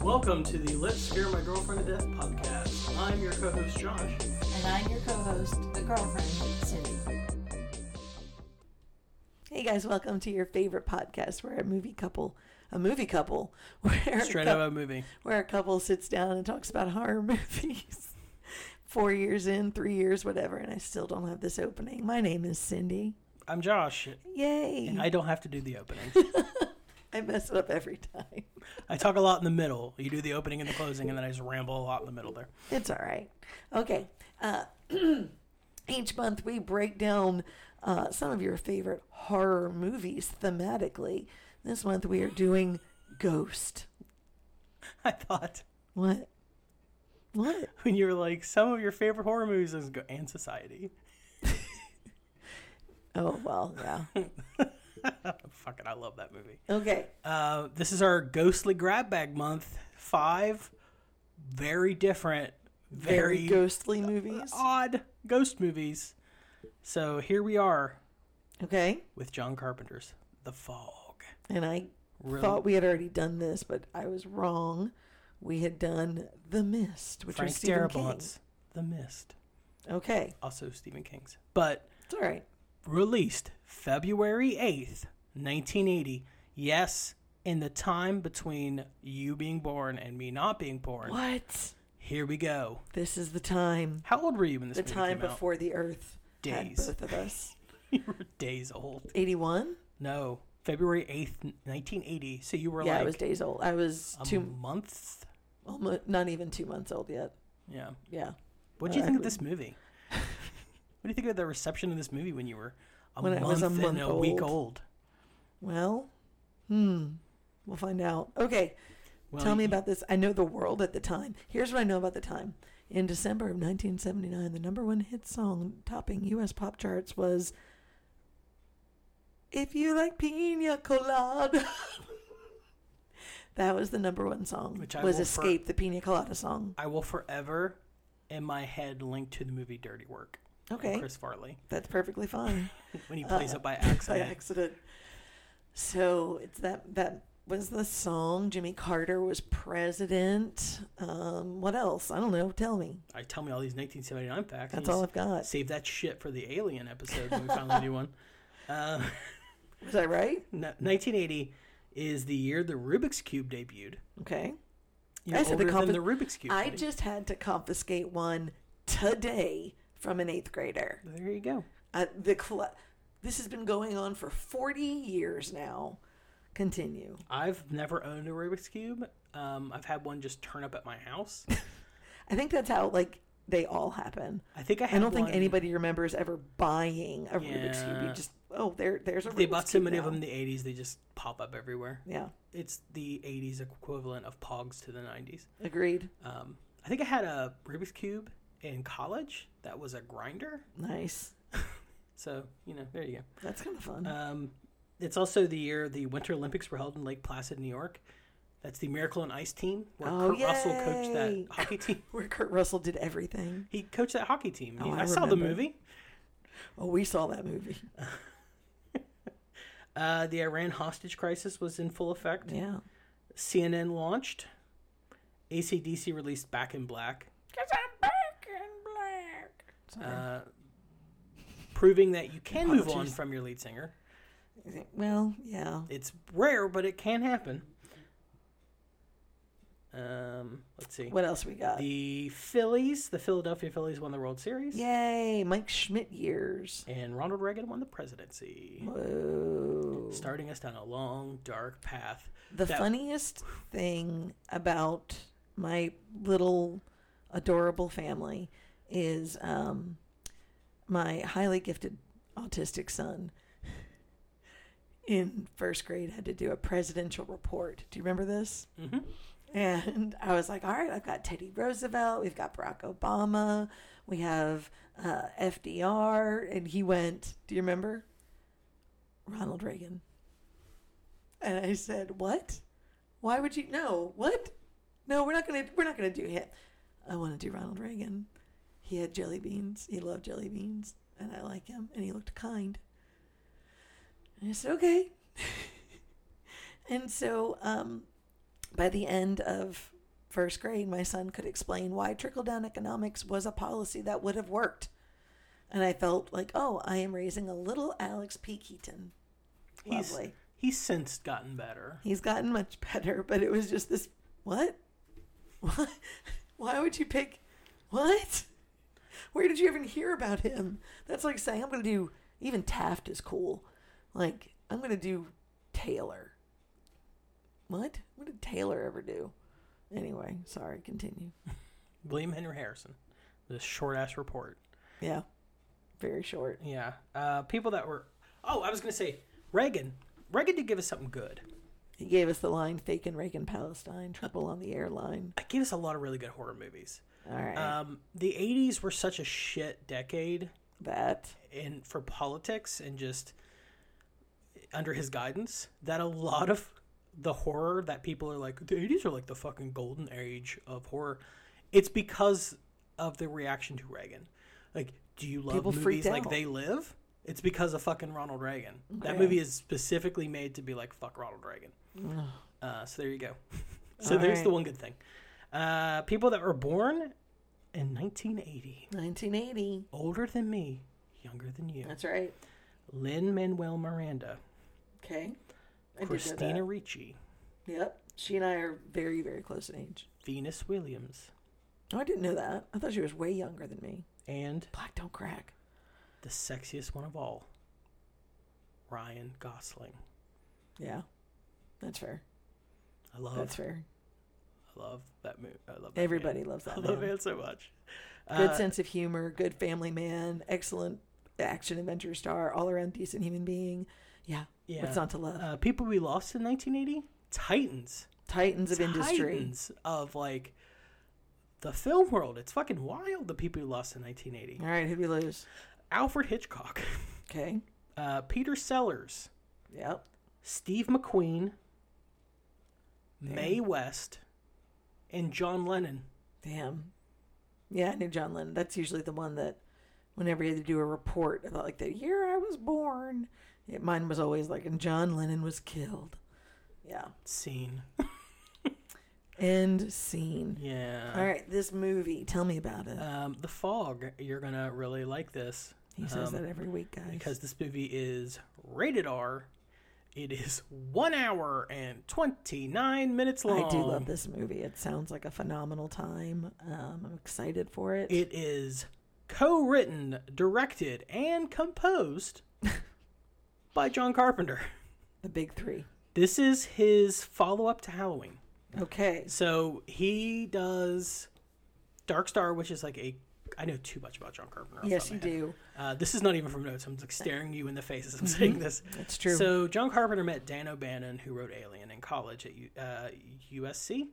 Welcome to the Let's Scare My Girlfriend to Death podcast. I'm your co host, Josh. And I'm your co host, the girlfriend, Cindy. Hey guys, welcome to your favorite podcast. We're a movie couple, a movie couple, where Straight a, out cou- of a movie. where a couple sits down and talks about horror movies. Four years in, three years, whatever, and I still don't have this opening. My name is Cindy. I'm Josh, Yay! and I don't have to do the opening. I mess it up every time. I talk a lot in the middle. You do the opening and the closing, and then I just ramble a lot in the middle there. It's all right. Okay. Uh, each month we break down uh, some of your favorite horror movies thematically. This month we are doing Ghost. I thought What? What? when you were like, some of your favorite horror movies is go- and Society. Oh, well, yeah. Fucking, Oh, I love that movie. Okay. Uh, this is our ghostly grab bag month. Five very different, Very, very, ghostly movies. odd ghost movies. So here we are Okay. with John Carpenter's The Fog. And I Really? thought we had already done this, but I was wrong. We had done The Mist, which Frank was Stephen Darabont's The Mist, King. Okay. also Stephen King's, but It's all right. released February 8th, 1980. Yes, in the time between you being born and me not being born. What? Here we go. This is the time. How old were you when this The movie time came out? before the earth had Days. both of us. you were days old. 81? No, February 8th, 1980. So you were yeah, like I was days old. I was a two, month. almost, not even two months old yet. Yeah. Yeah. What do you Uh, think of this movie? what do you think of the reception of this movie when you were a When I month was a and month a week old. old? Well, hmm. We'll find out. Okay. Well, Tell me you- about this. I know the world at the time. Here's what I know about the time. In December of 1979, the number one hit song topping U.S. pop charts was If You Like Pina Colada. that was the number one song, Which which I was will for- Escape, the Pina Colada song. I will forever, in my head, link to the movie Dirty Work. and Okay. Oh, Chris Farley That's perfectly fine when he plays Uh, it by by accident. accident. So it's that, that was the song. Jimmy Carter was president. Um, what else? I don't know. Tell me. I tell me all these 1979 facts. and That's you all s- I've got. Save that shit for the Alien episode when we finally do one. Um, Was I right? no- 1980 is the year the Rubik's Cube debuted. Okay. You're I said the older than confi- the Rubik's Cube. I buddy. just had to confiscate one today from an eighth grader. There you go. Uh, the cl- this has been going on for 40 years now. Continue. I've never owned a Rubik's Cube. Um, I've had one just turn up at my house. I think that's how like they all happen. I think I had I don't think one- anybody remembers ever buying a Rubik's cube. Yeah. You just oh there there's a They Rubik's bought so cube many of now. them in the 80s, they just pop up everywhere. Yeah, It's the 80s equivalent of Pogs to the 90s. agreed. Um, I think I had a Rubik's Cube in college that was a grinder. Nice. So, you know, there you That's kind of fun. go. Um, it's also the year the Winter Olympics were held in Lake Placid, New York. That's the Miracle and Ice team where Oh, Kurt Russell coached that yay. hockey team. Where Kurt Russell did everything. He coached that hockey team. Oh, I, I saw the remember. movie. Oh, we saw that movie. Uh, the Iran hostage crisis was in full effect. Yeah. CNN launched. ACDC released Back in Black, Cause I'm back in black. Sorry. uh, proving that you can move on Apologies. from your lead singer. well, yeah. It's rare, but it can happen. Um, let's see. What else we got? The Phillies, the Philadelphia Phillies won the World Series. Yay, Mike Schmidt years. And Ronald Reagan won the presidency, Whoa. starting us down a long, dark path. The That- funniest thing about my little adorable family is um, my highly gifted autistic son in first grade had to do a presidential report. Do you remember this? hmm And I was like, all right, I've got Teddy Roosevelt, we've got Barack Obama, we have uh, FDR. And he went, do you remember? Ronald Reagan. And I said, what? Why would you? No, what? No, we're not gonna we're not gonna do him. I want to do Ronald Reagan. He had jelly beans. He loved jelly beans, and I like him. And he looked kind. And I said, okay. and so, um, by the end of first grade, my son could explain why trickle down economics was a policy that would have worked. And I felt like, oh, I am raising a little Alex P. Keaton. He's, Lovely. he's since gotten better. He's gotten much better, but it was just this what? What? Why would you pick what? Where did you even hear about him? That's like saying I'm going to do even Taft is cool. Like I'm going to do Taylor. What? What did Taylor ever do? Anyway, sorry, continue. William Henry Harrison, this short ass report. Yeah. Very short. Yeah. Uh, people that were. Oh, I was going to say Reagan. Reagan did give us something good. He gave us the line fake and Reagan Palestine, trouble on the airline. It gave us a lot of really good horror movies. All right. Um, the 80s were such a shit decade that in for politics and just under his guidance that a lot of the horror that people are like the 80s are like the fucking golden age of horror it's because of the reaction to Reagan like do you love People freaked movies like out. they live it's because of fucking Ronald Reagan that Yeah. movie is specifically made to be like fuck Ronald Reagan uh, so there you go so All there's the right. one good thing uh, people that were born in 1980 1980. older than me younger than you That's right. Lynn Manuel Miranda, Okay. I did know Christina Ricci, that. Yep. She and I are very, very close in age. Venus Williams, Oh, I didn't know that. I thought she was way younger than me. and Black don't crack. the sexiest one of all, Ryan Gosling. Yeah. That's fair. I love, That's fair. I love that movie. I love that Everybody man. loves that I love man. it so much. Good Uh, sense of humor, good family man, excellent action adventure star, all around decent human being. Yeah. yeah. What's not to love? Uh, people we lost in 1980, Titans. Titans of industry. Titans of like the film world. It's fucking wild. The people we lost in 1980. All right, who'd we lose? Alfred Hitchcock, Okay. uh, Peter Sellers, Yep. Steve McQueen, Damn. Mae West, and John Lennon. Damn. Yeah, I knew John Lennon. That's usually the one that whenever you had to do a report about like the year I was born, it, mine was always like, and John Lennon was killed. Yeah. Scene. End scene. Yeah. All right, this movie. Tell me about it. Um, the Fog. You're gonna really like this he says um, that every week, guys. because this movie is rated R. It is one hour and twenty nine minutes long. I do love this movie. It sounds like a phenomenal time. Um, I'm excited for it. It is co-written, directed, and composed by John Carpenter. the big three. This is his follow up to Halloween. Okay. So he does Dark Star, which is like a I know too much about John Carpenter. off the Yes, top you of my head. do. Uh, this is not even from notes. I'm like staring you in the face as I'm saying this. It's Mm-hmm. true. So John Carpenter met Dan O'Bannon, who wrote Alien in college at U- uh, USC,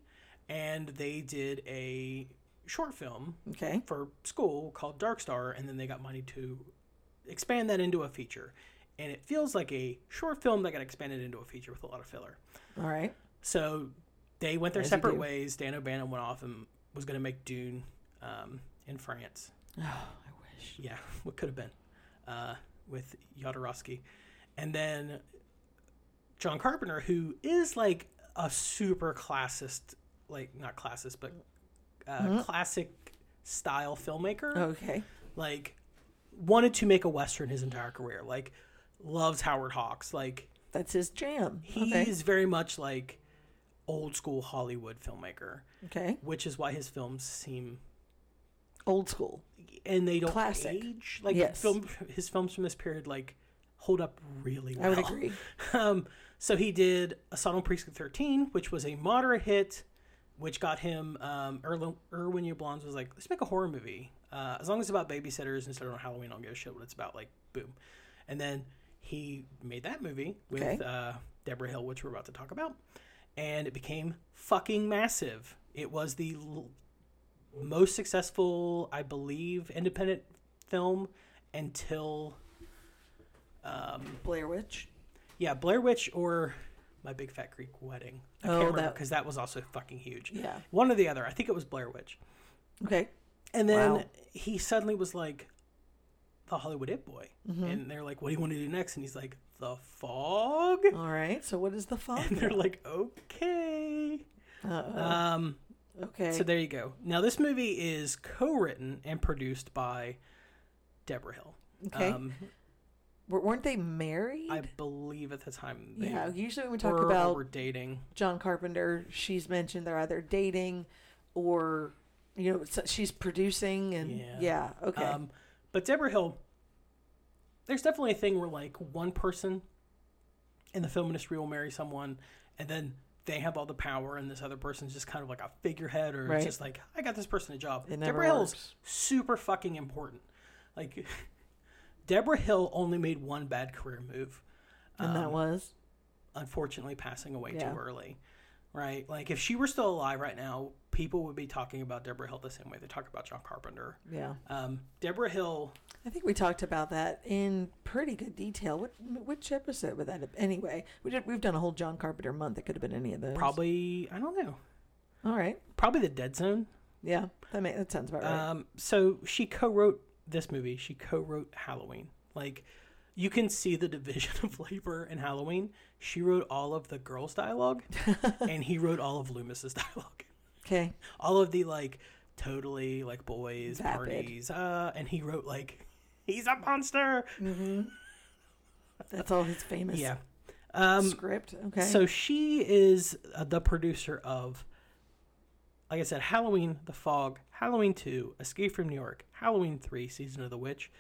and they did a short film okay. for school called Dark Star, and then they got money to expand that into a feature. And it feels like a short film that got expanded into a feature with a lot of filler. All right. So they went their As you separate do. ways. Dan O'Bannon went off and was going to make Dune um, in France. Oh, I wish. Yeah, what could have been uh, with Jodorowsky. And then John Carpenter, who is like a super classist, like not classist, but uh, Mm-hmm. classic style filmmaker Okay. like wanted to make a western his entire career like loves howard hawks like That's his jam. he okay. is very much like old school hollywood filmmaker okay. which is why his films seem Old school. and they don't Classic. age like Yes. film his films from this period like hold up really well I would agree. um so he did assault on precinct 13 which was a moderate hit which got him um Erwin, Erwin Yablons was like let's make a horror movie uh, as long as it's about babysitters instead of Halloween I don't give a shit what it's about like boom and then he made that movie with Okay. uh, Deborah Hill which we're about to talk about and it became fucking massive it was the l- most successful I believe independent film until um Blair Witch. yeah, Blair Witch or My Big Fat Greek Wedding. I Oh, can't remember that- because that was also fucking huge. Yeah. One or the other. I think it was Blair Witch. Okay. And then Wow. he suddenly was like, the Hollywood It Boy. Mm-hmm. And they're like, what do you want to do next? And he's like, The Fog? All right. So what is the fog? And they're like, okay. Uh-huh. Uh, Um, Okay. So there you go. Now this movie is co-written and produced by Deborah Hill. okay. Um, Were weren't they married? I believe at the time they yeah. yeah, Usually when we we talk were, about were dating. John Carpenter, she's mentioned they're either dating or you know so she's producing and yeah, Yeah. okay Um, but Deborah Hill, there's definitely a thing where like one person in the film industry will marry someone, and then they have all the power, and this other person's just kind of like a figurehead, or Right. just like I got this person a job. it never Deborah Hill's works. super fucking important. Like Deborah Hill only made one bad career move. and that um, was unfortunately passing away Yeah. too early. Right? Like if she were still alive right now, people would be talking about Deborah Hill the same way they talk about John Carpenter. yeah. Um, Deborah Hill, I think we talked about that in pretty good detail. What which episode would that have? Anyway, we did, we've done a whole John Carpenter month. It could have been any of those. probably I don't know, All right. probably the Dead Zone. Yeah, that may, that sounds about right. Um, so she co-wrote this movie. She co-wrote Halloween. Like you can see the division of labor in Halloween. She wrote all of the girls' dialogue, and he wrote all of Loomis's dialogue. Okay. all of the like totally like boys Vapid. parties uh and he wrote like he's a monster hmm That's all his famous mm-hmm. yeah um script. Okay. so she is uh, the producer of like i said halloween the fog halloween 2 escape from new york halloween 3 season of the witch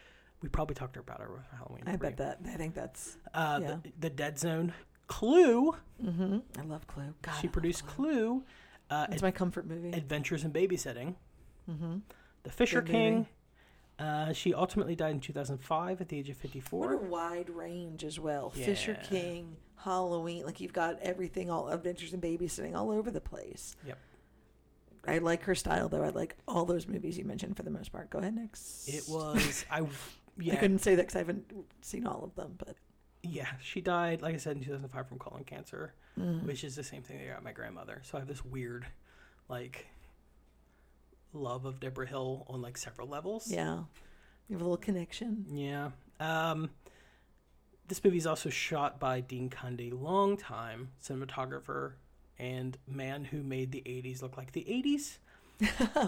we probably talked about her with halloween 3 I bet that I think that's. uh yeah. the, the dead zone clue hmm I love Clue. God, I Mm-hmm. she love produced clue, uh It's my comfort movie. adventures in babysitting mm-hmm. The Fisher Good King. movie. Uh, she ultimately died in 2005 at the age of What a 54. wide range as well. Fisher Yeah. King, Halloween, like you've got everything all adventures in babysitting all over the place. Yep. I like her style though. I like all those movies you mentioned for the most part. Go ahead next. It was I I yeah couldn't say that because I haven't seen all of them, but yeah she died like I said in 2005 from colon cancer, Mm. which is the same thing that got my grandmother. So I have this weird like love of Deborah Hill on like several levels. yeah, you have a little connection. Yeah. Um, this movie is also shot by Dean Cundy, longtime cinematographer and man who made the 80s look like the 80s.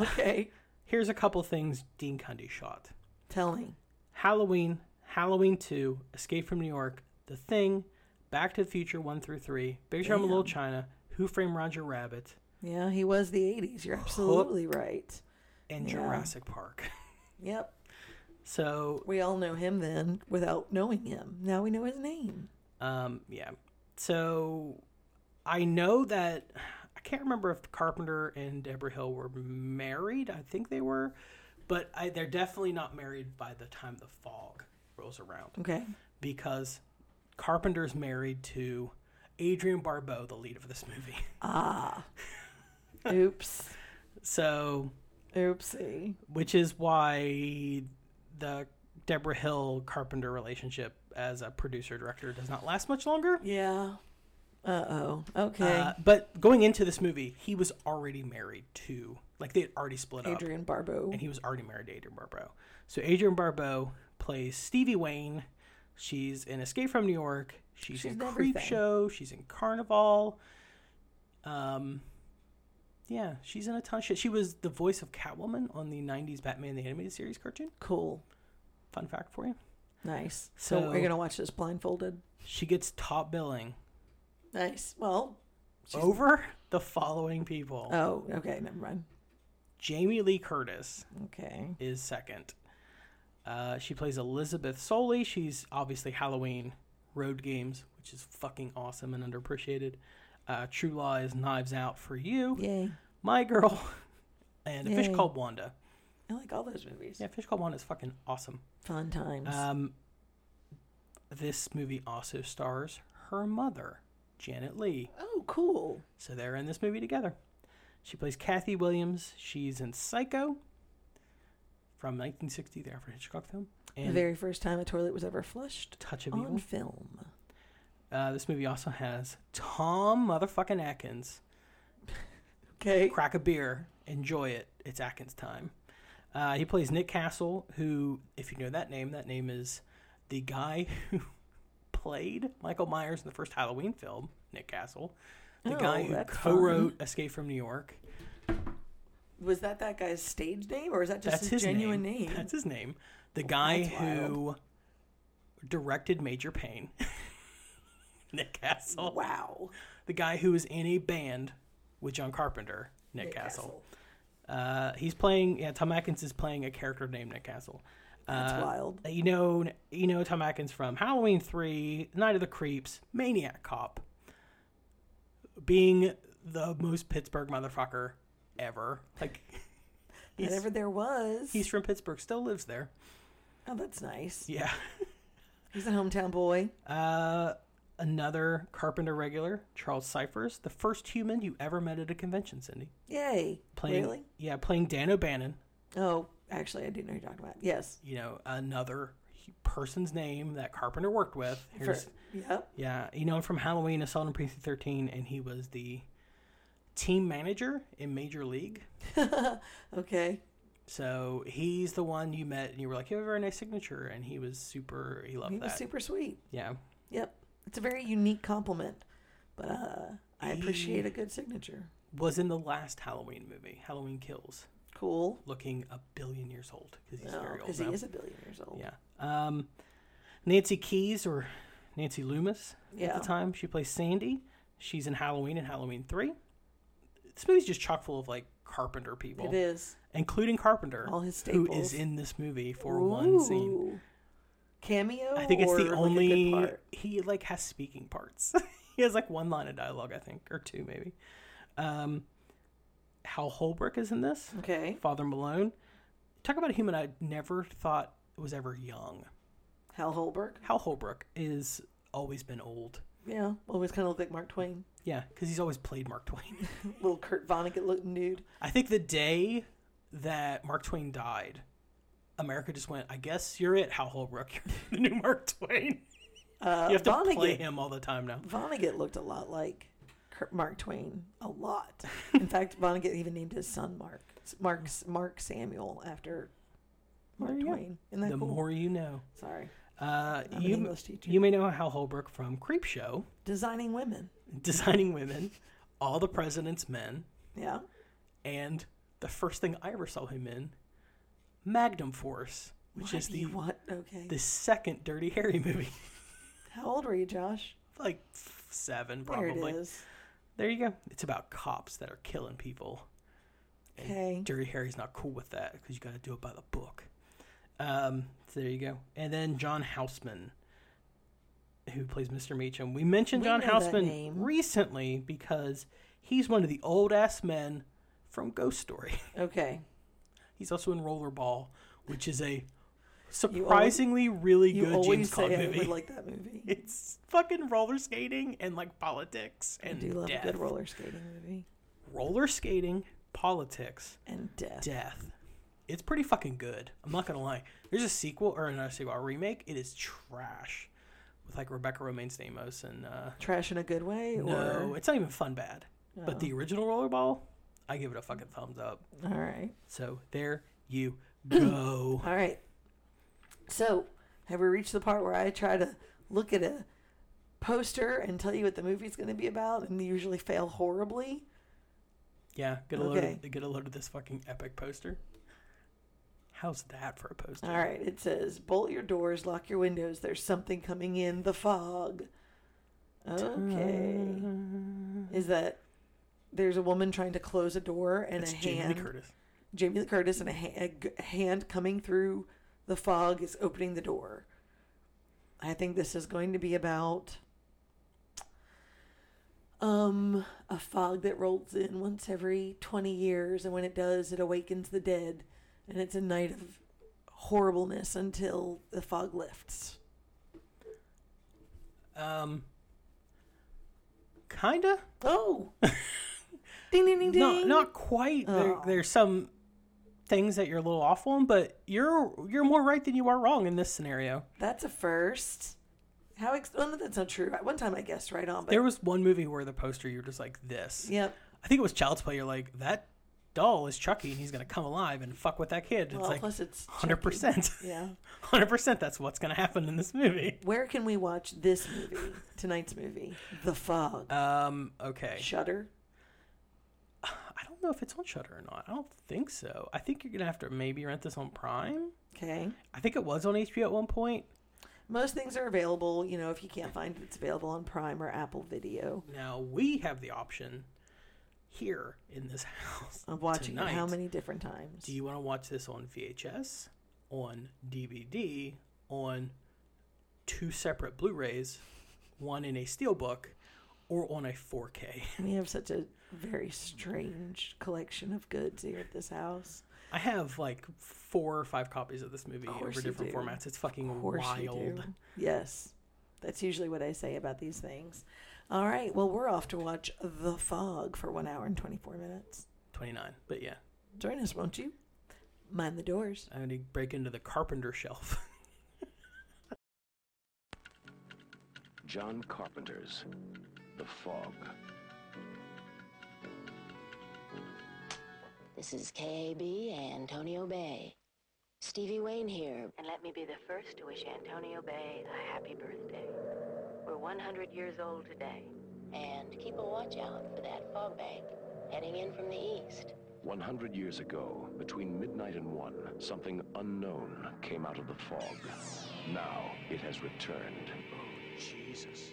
okay, Here's a couple things Dean Cundy shot. tell me. Halloween, Halloween 2, Escape from New York, The Thing, Back to the Future 1 through 3, Big Trouble in Little Damn. China, Who Framed Roger Rabbit, Yeah, he was the '80s. You're absolutely right. and Yeah. Jurassic Park. Yep, So, we all know him then without knowing him. Now we know his name. um, yeah. So I know that I can't remember if Carpenter and Deborah Hill were married. I think they were, but I, they're definitely not married by the time the fog rolls around Okay, because Carpenter's married to Adrian Barbeau, the lead of this movie. ah, oops. So, Oopsie. which is why the Deborah Hill Carpenter relationship as a producer director does not last much longer. Yeah. Uh oh. Okay. Uh, but going into this movie, he was already married to, like, they had already split up, Adrian Barbeau. and he was already married to Adrian Barbeau. So Adrian Barbeau plays Stevie Wayne. She's in Escape from New York. She's, She's in in Creep everything. Show. She's in Carnival. Um, yeah, she's in a ton of shit. She was the voice of Catwoman on the '90s Batman the Animated Series cartoon. Cool. fun fact for you. Nice. So, So- we're gonna watch this blindfolded. She gets top billing Nice. Well. she's- over the following people. Oh. Okay. Never mind. Jamie Lee Curtis Okay. is second. Uh, she plays Elizabeth Soley. She's obviously Halloween, Road Games, which is fucking awesome and underappreciated. Uh, True Lies, Knives Out for You, Yay. My Girl, and A Fish Yay. Called Wanda. I like all those movies. Yeah, Fish Called Wanda is fucking awesome. Fun times. Um, this movie also stars her mother, Janet Lee. oh, cool. So they're in this movie together. She plays Kathy Williams. She's in Psycho from 1960, the Alfred Hitchcock film, the and very first time a toilet was ever flushed Touch of on Evil. film. Uh, this movie also has Tom motherfucking Atkins. Okay. Crack a beer, enjoy it. It's Atkins time. Uh, he plays Nick Castle, who, if you know that name, that name is the guy who played Michael Myers in the first Halloween film, Nick Castle. The Oh, guy who that's co wrote Escape from New York. was that that guy's stage name or is that just That's his his, genuine name? name. That's his name. The guy that's who directed Major Payne, Nick Castle. Wow. The guy who was in a band with John Carpenter, Nick, Nick Castle. Uh, he's playing. Yeah, Tom Atkins is playing a character named Nick Castle. That's Uh, wild. You know, you know Tom Atkins from Halloween Three, Night of the Creeps, Maniac Cop, being the most Pittsburgh motherfucker ever. Like, he's, Whatever there was. he's from Pittsburgh, still lives there. oh, that's nice. Yeah. He's a hometown boy. Uh, another Carpenter regular, Charles Cyphers, the first human you ever met at a convention, Cindy. Yay. Playing, Really? Yeah, playing Dan O'Bannon. Oh, actually, I do know who you're talking about. Yes. You know, another hu- person's name that Carpenter worked with. For- Here's, yep. yeah, you know him from Halloween, Assault on Precinct 13, and he was the team manager in Major League. Okay. So he's the one you met, and you were like, "You have a very nice signature," and he was super. He loved He that. was super sweet. yeah, Yep. It's a very unique compliment, but uh, I appreciate a good signature. was in the last Halloween movie, Halloween Kills. Cool. looking a billion years old because he's very old Because now. Oh, he is a billion years old. yeah. Um, Nancy Keys or Nancy Loomis Yeah. at the time. She plays Sandy. She's in Halloween and Halloween Three. This movie's just chock full of like Carpenter people, It is. including Carpenter, All his who is staples. in this movie for one scene. Ooh. Cameo? I think it's or, the like, a good only part? he like has speaking parts. he has like one line of dialogue, I think, or two maybe. Um, Hal Holbrook is in this. Okay. Father Malone. Talk about a human I never thought was ever young. Hal Holberg? Hal Holbrook is always been old. Yeah. Always kind of looked like Mark Twain. Yeah, because he's always played Mark Twain. Little Kurt Vonnegut looking dude. I think the day that Mark Twain died, America just went, I guess you're it, Hal Holbrook. You're the new Mark Twain. Uh, You have to Vonnegut. play him all the time now. Vonnegut looked a lot like Kurt- Mark Twain. A lot. In fact, Vonnegut even named his son Mark. Mark, Mark Samuel after Mark There you go. Twain. Isn't that The cool? more you know. Sorry. Uh, I'm an you, English teacher. you may know Hal Holbrook from Creepshow, Designing women. Designing Women, All the President's Men, Yeah. and the first thing I ever saw him in, Magnum Force, which Why is do the you want? Okay. the second Dirty Harry movie, How old were you, Josh? like f- seven There probably. it is. There you go. It's about cops that are killing people. And Okay. Dirty Harry's not cool with that because you got to do it by the book. Um, so there you go. And then John Houseman, who plays Mr. Meacham. We mentioned We John know that Houseman name. recently because he's one of the old ass men from Ghost Story. Okay. He's also in Rollerball, which is a al- surprisingly really You good James always say Caan I movie. would like that movie. it's fucking roller skating and like politics I and do love death. a good roller skating movie. roller skating, politics, And death. death. It's pretty fucking good. I'm not gonna lie. There's a sequel or not a sequel, a remake. It is trash, with like Rebecca Romaine Stamos and uh, Trash in a good way? no, Or... oh, it's not even fun bad. But the original Rollerball, I give it a fucking thumbs up. All right. So there you go. All right. So, have we reached the part where I try to look at a poster and tell you what the movie's going to be about and usually fail horribly? Yeah, get a load Okay. of, get a load of this fucking epic poster. How's that for a poster? All right. It says, bolt your doors, lock your windows. There's something coming in the fog. Uh-huh. Okay. Uh, Is that there's a woman trying to close a door and That's a Jamie hand. Lee Curtis. Jamie Lee Curtis and a, ha- a g- hand coming through the fog is opening the door. I think this is going to be about um a fog that rolls in once every 20 years and when it does it awakens the dead and it's a night of horribleness until the fog lifts. Um, kinda. Oh. ding ding ding ding. Not not quite. There, Oh. there's some things that you're a little off on, but you're you're more right than you are wrong in this scenario. That's a first. How ex- oh, no, that's not true. One time I guessed right on, but There was one movie where the poster you're just like this. yep. I think it was Child's Play. You're like that doll is Chucky, and he's gonna come alive and fuck with that kid. It's Well, like plus it's hundred percent, Chucky. Yeah. hundred percent. That's what's gonna happen in this movie. Where can we watch this movie? Tonight's movie, The Fog. Um. Okay. Shudder. I don't know if it's on Shutter or not. I don't think so. I think you're gonna have to maybe rent this on Prime. Okay. I think it was on HBO at one point. Most things are available. You know, if you can't find it, it's available on Prime or Apple Video. Now we have the option here in this house I'm watching it how tonight. many different times? Do you want to watch this on VHS, on DVD, on two separate Blu-rays, one in a steelbook, or on a 4K? we have such a very strange collection of goods here at this house. I have like four or five copies of this movie Of course over you different do. formats. It's Of fucking course you wild. do. Yes. That's usually what I say about these things. All right. Well, we're off to watch The Fog for one hour and 24 minutes. 29, but yeah. Join us, won't you? Mind the doors. I'm gonna break into the carpenter shelf. John Carpenter's The Fog. This is KAB Antonio Bay. Stevie Wayne here. And let me be the first to wish Antonio Bay a happy birthday. We're 100 years old today. And keep a watch out for that fog bank heading in from the east. 100 years ago, between midnight and 1, something unknown came out of the fog. Now it has returned. Oh, Jesus.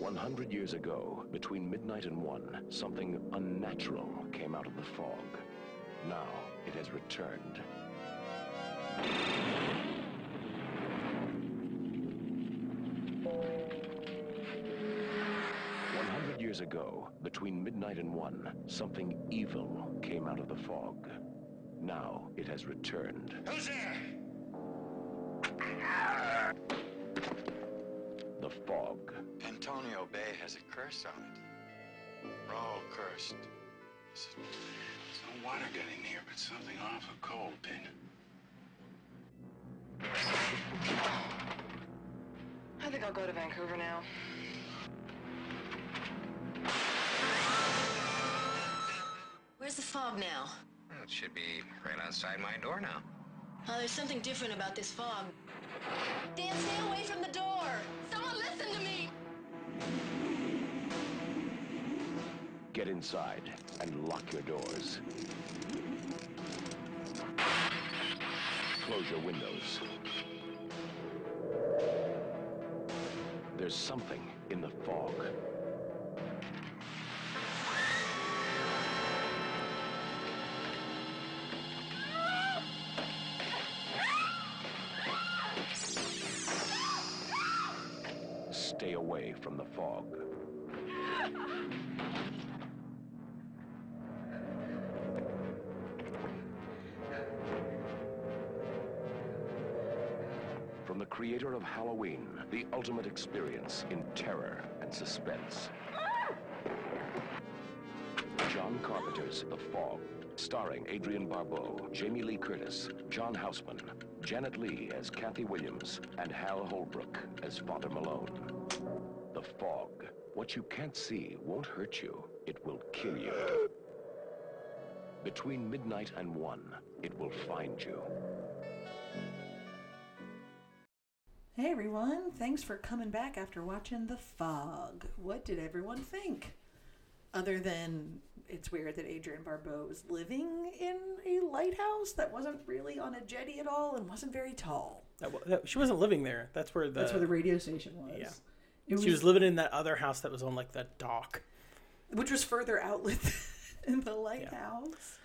100 years ago, between midnight and 1, something unnatural came out of the fog. Now it has returned. One hundred years ago, between midnight and one, something evil came out of the fog. Now it has returned. Who's there? The fog. Antonio Bay has a curse on it. We're all cursed. There's no water got in here, but something awful cold did. I think I'll go to Vancouver now. Where's the fog now? It should be right outside my door now. Oh, there's something different about this fog. Dan, stay away from the door! Someone listen to me! Get inside and lock your doors. Close your windows. There's something in the fog. Stay away from the fog. From the creator of Halloween, the ultimate experience in terror and suspense. John Carpenter's The Fog, starring Adrian Barbeau, Jamie Lee Curtis, John Houseman, Janet Lee as Kathy Williams, and Hal Holbrook as Father Malone. The Fog. What you can't see won't hurt you, it will kill you. Between midnight and one, it will find you. Hey, everyone. Thanks for coming back after watching The Fog. What did everyone think? Other than it's weird that Adrian Barbeau was living in a lighthouse that wasn't really on a jetty at all and wasn't very tall. That, wa- that, she wasn't living there. That's where the, That's where the radio station was. yeah. It was, she was living in that other house that was on like that dock. which was further out in the lighthouse.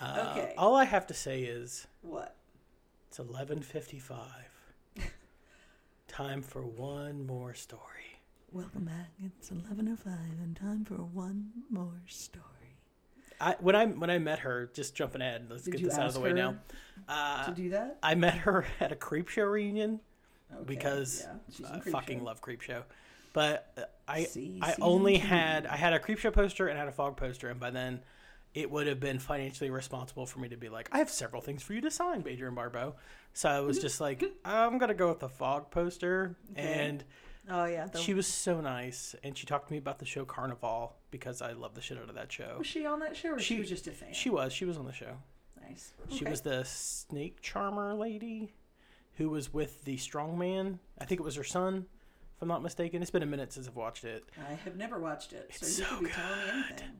Uh, Okay. All I have to say is What? it's 11:55. Time for one more story. Welcome back. It's 11.05 and time for one more story. I when I when I met her, just jumping ahead. Let's Did get you this out of ask the way her now. to do that? I met her at a creep show reunion Okay, because yeah, she's in I Creepshow. fucking love creep show. But uh, I See I season only two. had I had a creep show poster and had a fog poster, and by then it would have been financially responsible for me to be like, I have several things for you to sign, Major and Barbeau. So I was just like, I'm gonna go with the fog poster, and Oh, yeah. The, she was so nice, and she talked to me about the show Carnival because I love the shit out of that show. was she on that show or she, she- was just a fan? She was she was on the show. nice. She Okay. was the snake charmer lady who was with the strongman. I think it was her son, if I'm not mistaken. It's been a minute since I've watched it. I have never watched it, so It's you so could be telling me anything.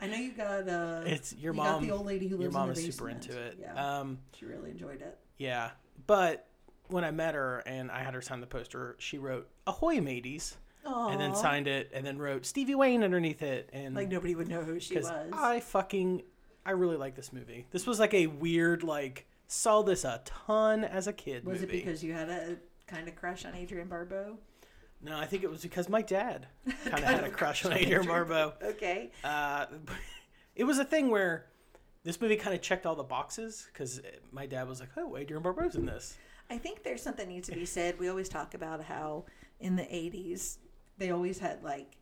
I know you got uh, It's your you mom. Got the old lady who lives your mom in the is super basement. into it. Yeah, Um, she really enjoyed it. yeah. But when I met her and I had her sign the poster, she wrote "Ahoy, mateys," and then Aw. signed it, and then wrote Stevie Wayne underneath it, and Like nobody would know who she was. because I fucking I really like this movie. This was like a weird like saw this a ton as a kid. was it movie. because you had a kind of crush on Adrian Barbeau? No, I think it was because my dad kind of had a crush on Adrian Barbeau. Okay. Uh, it was a thing where this movie kind of checked all the boxes because my dad was like, "Oh, Adrian Barbeau's in this." I think there's something needs to be said. We always talk about how in the 80s they always had like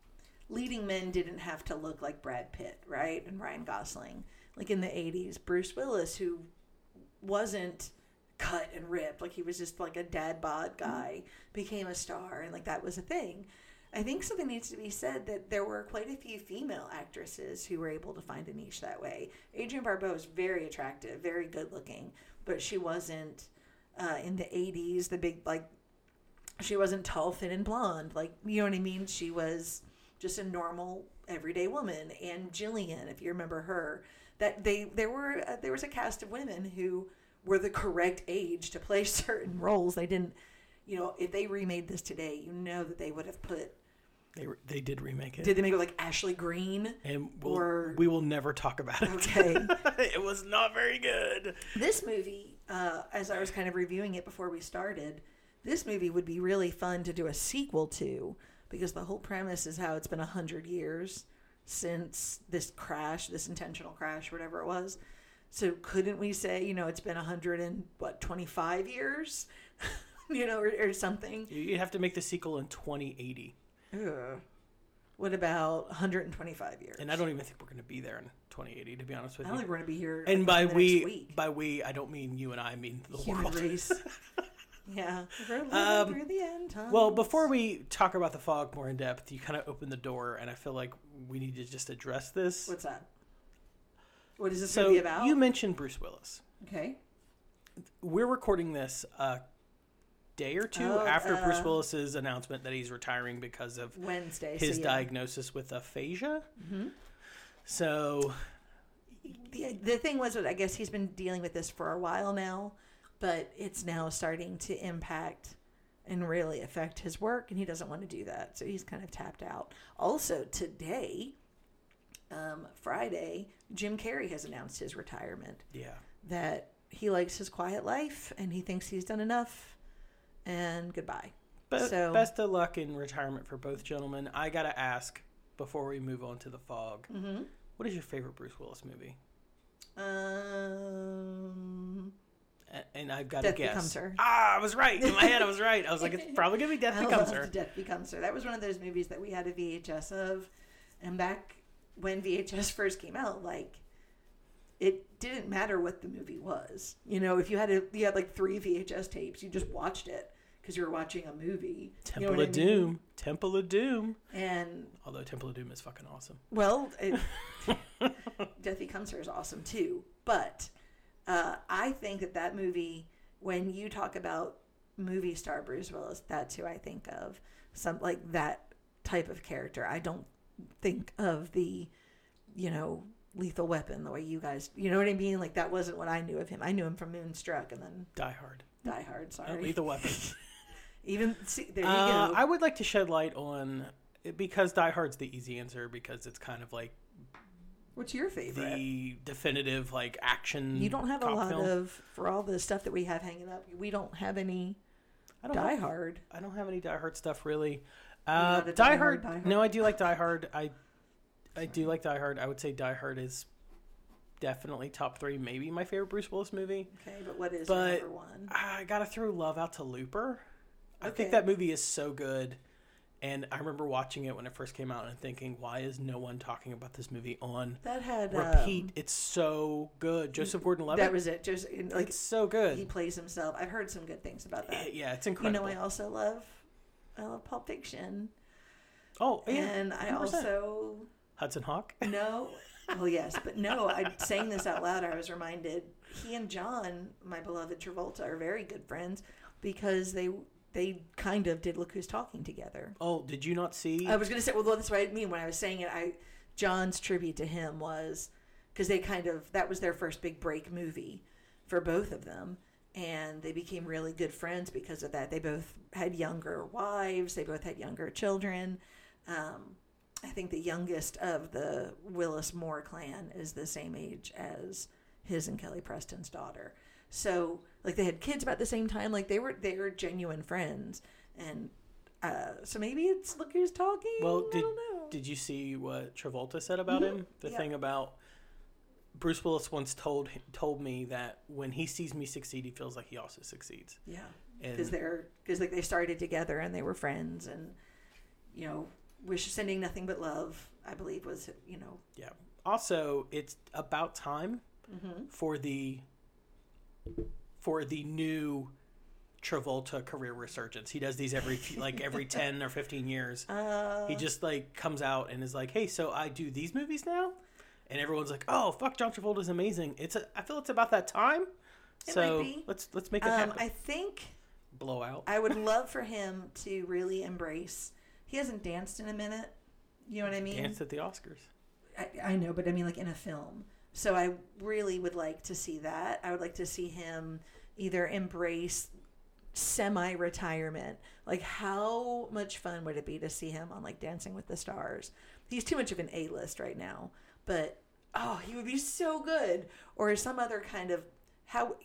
leading men didn't have to look like Brad Pitt, right? And Ryan Gosling. Like in the 80s, Bruce Willis who wasn't cut and ripped, like he was just like a dad bod guy, became a star and like that was a thing. I think something needs to be said that there were quite a few female actresses who were able to find a niche that way. Adrienne Barbeau is very attractive, very good looking, but she wasn't uh, in the 80s the big like she wasn't tall thin and blonde like you know what i mean she was just a normal everyday woman and jillian if you remember her that they there were uh, there was a cast of women who were the correct age to play certain roles they didn't you know if they remade this today you know that they would have put They re- they did remake it, did they make it like ashley green and we'll, or- we will never talk about it. okay it was not very good. this movie, uh, as I was kind of reviewing it before we started, this movie would be really fun to do a sequel to because the whole premise is how it's been a hundred years since this crash, this intentional crash, whatever it was. So couldn't we say, you know, it's been a hundred and what twenty five years, you know, or, or something? You- You'd have to make the sequel in 2080, Ugh. What about one hundred and twenty five years? and I don't even think we're going to be there in 2080, to be honest with I don't you. think we're gonna be here. and like, by the next we week. by we, I don't mean you and I, I mean the human world. race. yeah, we're living Um, through the end. Times. Well, before we talk about the fog more in depth, you kind of opened the door, and I feel like we need to just address this. What's that? What is this so movie about? you mentioned Bruce Willis. okay. We're recording this a day or two Oh, after Bruce uh, Willis's announcement that he's retiring because of Wednesday. his so yeah. Mm-hmm. diagnosis with aphasia. So The, the thing was that I guess he's been dealing with this for a while now, but it's now starting to impact and really affect his work, and he doesn't want to do that. So he's kind of tapped out. Also, today, um, Friday, Jim Carrey has announced his retirement. yeah, That he likes his quiet life and he thinks he's done enough, and goodbye. but So- best of luck in retirement for both gentlemen. I gotta ask before we move on to the fog. Mm-hmm. what is your favorite Bruce Willis movie? Um, A- And I've got to Death guess. Becomes Her. Ah, I was right. In my head, I was right. I was like, it's probably gonna be Death I Becomes loved Her. Death Becomes Her. That was one of those movies that we had a VHS of, and back when VHS first came out, like it didn't matter what the movie was. You know, if you had a, you had like three VHS tapes, you just watched it because you were watching a movie. You know Temple what I of mean? Doom. Temple of Doom. And Although Temple of Doom is fucking awesome. well, it, Death Becomes Her is awesome too, but uh, I think that that movie, when you talk about movie star Bruce Willis, that's who I think of. Some like that type of character. I don't think of the, you know, Lethal Weapon the way you guys. You know what I mean? Like that wasn't what I knew of him. I knew him from Moonstruck and then Die Hard. Die Hard. Not Sorry. Oh, Lethal Weapon. Even see, there you Uh, go. I would like to shed light on because Die Hard's the easy answer because it's kind of like What's your favorite? the definitive like action. you don't have a cop lot film. of for all the stuff that we have hanging up. We don't have any I don't Die have- Hard. I don't have any Die Hard stuff really. Uh, not Die, a Die Hard, Hard, Die Hard? No, I do like Die Hard. I I do like Die Hard. I would say Die Hard is definitely top three, maybe my favorite Bruce Willis movie. Okay, but what is your But- number one? I gotta throw love out to Looper. I Mm-hmm. Okay. think that movie is so good. And I remember watching it when it first came out and thinking, why is no one talking about this movie on That had repeat? um, it's so good. Joseph Gordon Levitt. that was it. Just and, like it's so he good. plays himself. I've heard some good things about that. yeah, it's you know, incredible. I also love I love Pulp Fiction, oh, yeah. and I 100%. also Hudson Hawk. know. Well, yes, but no. I saying this out loud. I was reminded he and John, my beloved Travolta, are very good friends because they they kind of did look who's talking together. Oh, did you not see? I was gonna say, well, that's what I mean when I was saying it. I John's tribute to him was because they kind of that was their first big break movie for both of them, and they became really good friends because of that. They both had younger wives. They both had younger children. Um, I think the youngest of the Willis Moore clan is the same age as his and Kelly Preston's daughter. So like they had kids about the same time. Like they were they were genuine friends and. Uh, so maybe it's look who's talking. well, I did don't know. Mm-hmm. did you see what Travolta said about him? The Yeah. thing about Bruce Willis once told told me that when he sees me succeed, he feels like he also succeeds. Yeah, And- because they're because like they started together and they were friends and you know wish sending nothing but love. I believe was you know Yeah. Also, it's about time Mm-hmm. for the for the new Travolta career resurgence. He does these every few- like every 10 or 15 years. Uh. he just like comes out and is like, "Hey, so I do these movies now?" And everyone's like, "Oh, fuck, John Travolta's amazing." It's a, I feel it's about that time. It so might be. let's let's make it um, happen. I think Blowout. I would love for him to really embrace. He hasn't danced in a minute. You know what I mean? Danced at the Oscars. I, I know, but I mean, like in a film. So I really would like to see that. I would like to see him either embrace semi retirement. Like, how much fun would it be to see him on like Dancing with the Stars? He's too much of an A list right now, but oh, he would be so good. Or some other kind of how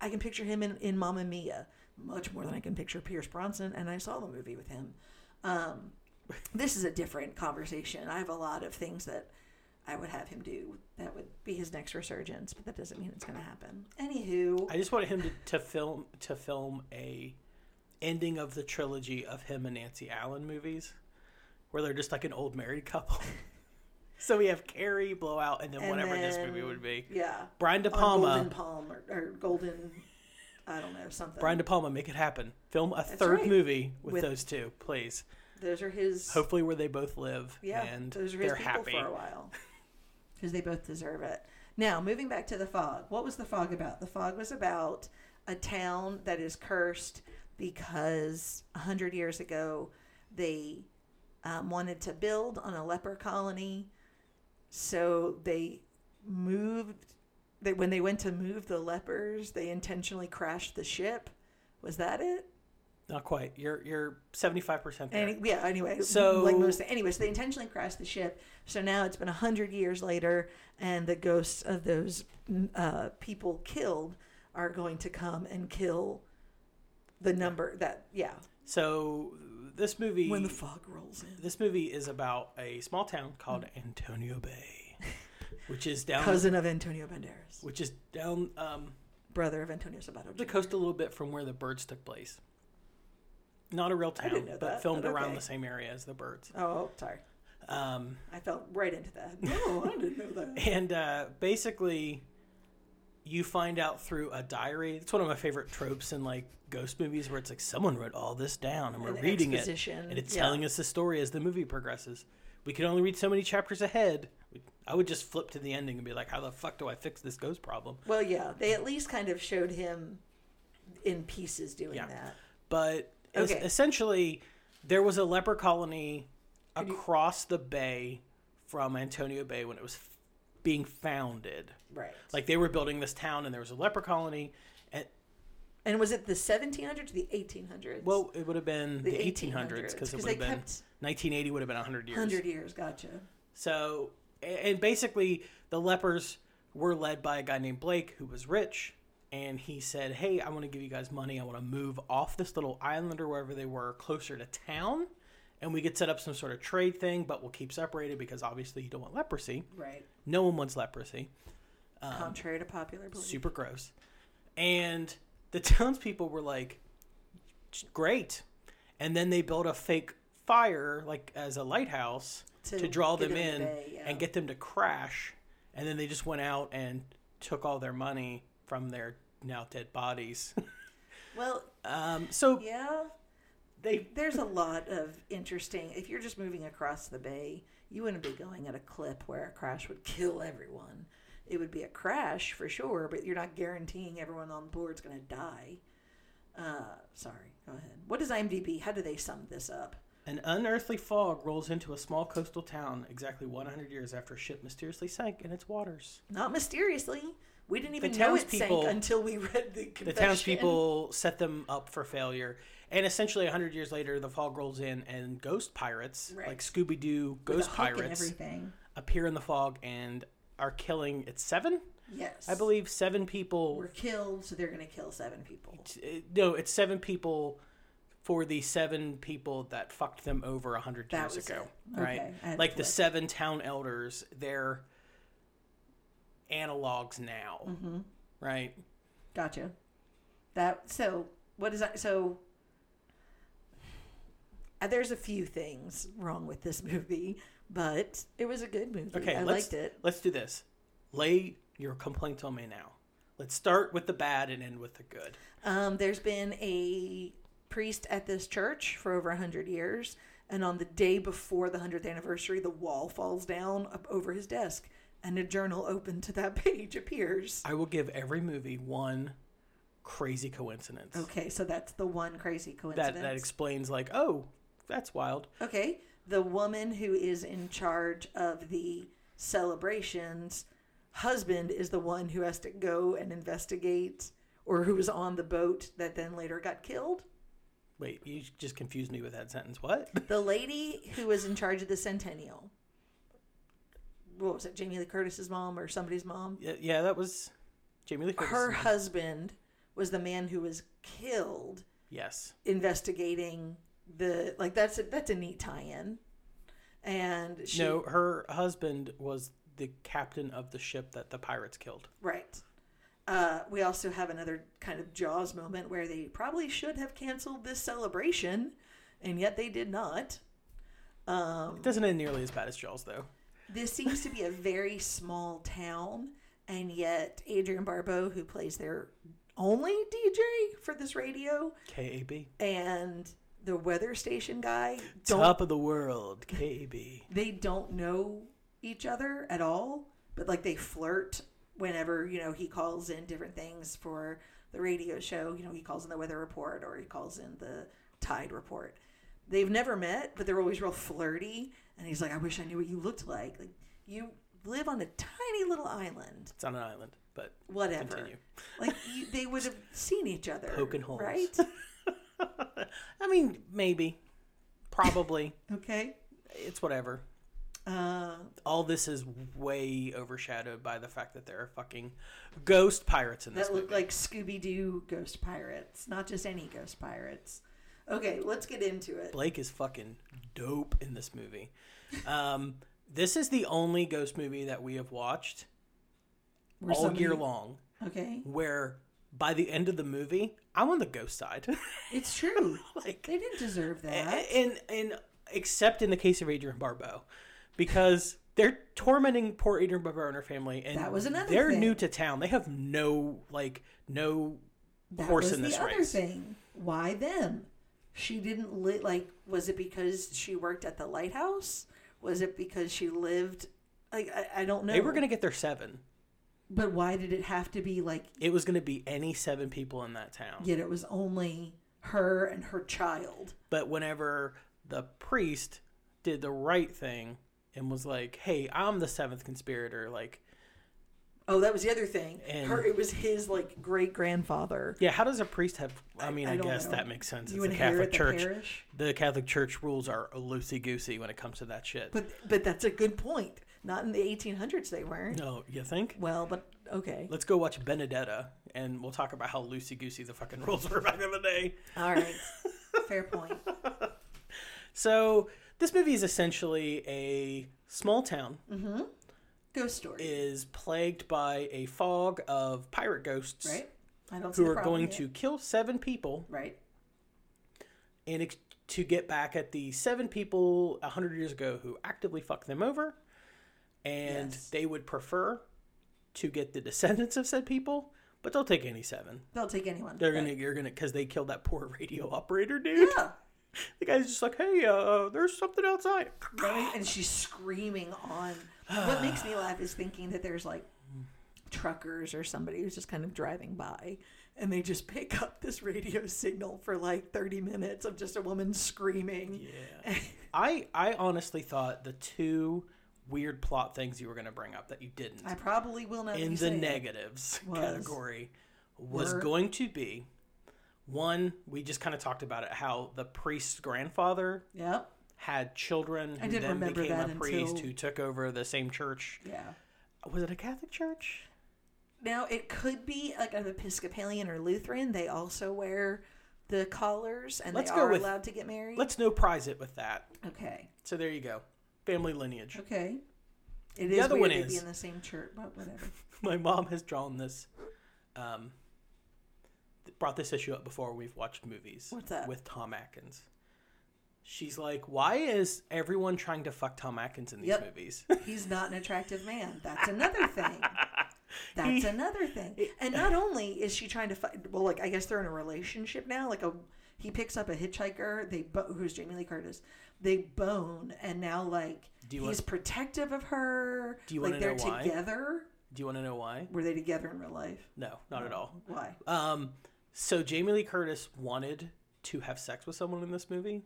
I can picture him in, in Mamma Mia much more than I can picture Pierce Bronson, and I saw the movie with him. Um, this is a different conversation. I have a lot of things that I would have him do that would be his next resurgence, but that doesn't mean it's going to happen. Anywho, I just wanted him to, to film to film a ending of the trilogy of him and Nancy Allen movies, where they're just like an old married couple. so we have Carrie, Blowout, and then and whatever this then- movie would be. yeah, Brian De on Palma. Golden Palm or, or Golden, I don't know something. Brian De Palma, make it happen. Film a third right. movie with, With- those two, please. those are his. Hopefully, where they both live yeah, and those are his they're people happy. for a while because they both deserve it. Now, moving back to the fog, what was the fog about? The fog was about a town that is cursed because a hundred years ago they um, wanted to build on a leper colony, so they moved. They, when they went to move the lepers, they intentionally crashed the ship. Was that it? Not quite. You're you're seventy five percent there. Any, yeah. Anyway, So- like most. Anyway, so they intentionally crashed the ship. So now it's been a hundred years later, and the ghosts of those mm, uh, people killed are going to come and kill the number that yeah. so this movie When the fog rolls in, this movie is about a small town called Antonio Bay, which is down cousin of Antonio Banderas, which is down um, brother of Antonio Sabato. the coast a little bit from where the birds took place. Not a real town, didn't know but that, filmed but around okay. the same area as the birds. Oh, sorry, Um, I fell right into that. No, I didn't know that. and uh, basically, you find out through a diary. It's one of my favorite tropes in like ghost movies, where it's like someone wrote all this down and we're An reading it, exposition, and it's yeah. telling us the story as the movie progresses. We can only read so many chapters ahead. I would just flip to the ending and be like, "How the fuck do I fix this ghost problem?" Well, yeah, they at least kind of showed him in pieces doing Yeah. that. but es- Okay. essentially there was a leper colony across the bay from Antonio Bay when it was f- being founded. Right. Like they were building this town and there was a leper colony and And was it the 1700s or the 1800s? well it would have been the, The 1800s cuz 'cause it would they have been kept- 1980 would have been 100 years. 100 years, gotcha. So, a- and basically, the lepers were led by a guy named Blake who was rich. And he said, Hey, I want to give you guys money. I want to move off this little island or wherever they were closer to town. And we could set up some sort of trade thing, but we'll keep separated because obviously you don't want leprosy. Right. No one wants leprosy. Um, Contrary to popular belief. Super gross. And the townspeople were like, Great. And then they built a fake fire, like as a lighthouse, to, To draw get them them in to bay, yeah. and get them to crash. And then they just went out and took all their money from their now dead bodies. Well, um, so yeah. they There's a lot of interesting. If you're just moving across the bay, you wouldn't be going at a clip where a crash would kill everyone. It would be a crash for sure, but you're not guaranteeing everyone on board's going to die. Uh, sorry. Go ahead. What does IMDb? How do they sum this up? An unearthly fog rolls into a small coastal town exactly 100 years after a ship mysteriously sank in its waters. Not mysteriously. We didn't even know it sank townspeople- until we read the confession. The townspeople set them up for failure. And essentially, 100 years later, the fog rolls in, and ghost pirates, Right. like Scooby Doo With ghost the hook and pirates, everything. appear in the fog and are killing. It's seven? Yes, I believe seven people. were killed, so they're going to kill seven people. uh, no, it's seven people for the seven people that fucked them over a hundred That years was ago, it. right? Okay, I had like to the look. seven town elders, they're analogs now, Mm-hmm. right? Gotcha. That so what is that so uh, there's a few things wrong with this movie, but it was a good movie. Okay, I let's, liked it. Let's do this. Lay your complaint on me now. Let's start with the bad and end with the good. Um, there's been a priest at this church for over 100 years, and on the day before the 100th anniversary, the wall falls down up over his desk, and a journal open to that page appears. I will give every movie one crazy coincidence. Okay, so that's the one crazy That Oh, coincidence. that explains like, oh, that's wild. Okay. The woman who is in charge of the celebrations, husband is the one who has to go and investigate or who was on the boat that then later got killed. Wait, you just confused me with that sentence. What? The lady who was in charge of the centennial. What was it? Jamie Lee Curtis's mom or somebody's mom? Yeah, yeah, that was Jamie Lee Curtis. Her husband was the man who was killed Yes. investigating the like that's a, that's a neat tie-in. And she no, her husband was the captain of the ship that the pirates killed. Right. Uh, we also have another kind of Jaws moment where they probably should have canceled this celebration, and yet they did not. It doesn't end nearly as bad as Jaws, though. This seems to be a very small town, and yet Adrian Barbeau, who plays their only DJ for this radio, KAB. and the weather station guy, don't, Top of the world, KAB. they don't know each other at all, but like they flirt whenever, you know, he calls in different things for the radio show. You know, he calls in the weather report or he calls in the tide report. They've never met, but they're always real flirty. And he's like, I wish I knew what you looked like. Like, you live on a tiny little island. It's on an island, but Whatever. Continue. Like, you, they would have seen each other. Poking holes. Right? I mean, maybe, probably, Okay. it's whatever. Uh, All this is way overshadowed by the fact that there are fucking ghost pirates in this that look movie. like Scooby Doo ghost pirates, not just any ghost pirates. Okay, let's get into it. Blake is fucking dope in this movie. Um, this is the only ghost movie that we have watched Where all somebody- year long Okay, where by the end of the movie, I'm on the ghost side. it's true. like they didn't deserve that. and and except in the case of Adrian Barbeau, because they're tormenting poor Adrian Barbeau and her family, and That was another They're thing. new to town. They have no like no That horse was in the this other race. thing. Why them? She didn't li- like. Was it because she worked at the lighthouse? Was it because she lived? Like I, I don't know. They were gonna get their seven. But why did it have to be like? It was gonna be any seven people in that town. Yet it was only her and her child. But whenever the priest did the right thing and was like, "Hey, I'm the seventh conspirator," like, Oh, that was the other thing. And- her. It was his like great grandfather. yeah, how does a priest have? I mean, I, I don't guess know. that makes sense. You it's the Catholic inherit the Church. parish? The Catholic Church rules are loosey goosey when it comes to that shit. But but that's a good point. Not in the 1800s they weren't. No, you think? Well, but okay. Let's go watch Benedetta, and we'll talk about how loosey goosey the fucking rules were back in the day. All right. Fair point. So this movie is essentially a small town Mm-hmm. Ghost story, is plagued by a fog of pirate ghosts right? I don't see who the are problem going yet. to kill seven people right. in ex- to get back at the seven people a hundred years ago who actively fucked them over, and Yes. they would prefer to get the descendants of said people, but they'll take any seven. They'll take anyone. They're Right. gonna, you're gonna, because they killed that poor radio operator dude. Yeah. The guy's just like, hey, uh, there's something outside. Right? And she's screaming on. What makes me laugh is thinking that there's like truckers or somebody who's just kind of driving by and they just pick up this radio signal for like 30 minutes of just a woman screaming. Yeah. I I honestly thought the two weird plot things you were going to bring up that you didn't I probably will not. in be the saying it. negatives Was- category was were- going to be one we just kind of talked about it how the priest's grandfather Yep. had children who didn't then remember became that a priest until- who took over the same church. Yeah. Was it a Catholic church? Now it could be like an Episcopalian or Lutheran. They also wear the collars, and Let's they go are with- allowed to get married. Let's no prize it with that. Okay. So there you go. Family lineage. Okay. It is The other one weird to be is- in the same church, but whatever. My mom has drawn this, um, th- brought this issue up before we've watched movies. What's that? With Tom Atkins. She's like, why is everyone trying to fuck Tom Atkins in these Yep. movies? He's not an attractive man. That's another thing. That's He- another thing. And not only is she trying to find, well, like I guess they're in a relationship now. Like a, he picks up a hitchhiker. They bo- who's Jamie Lee Curtis. They bone, and now like Do you he's want- protective of her. Do you like wanna know they're why? together? Do you want to know why? Were they together in real life? No, not at all. Why? Um, so Jamie Lee Curtis wanted to have sex with someone in this movie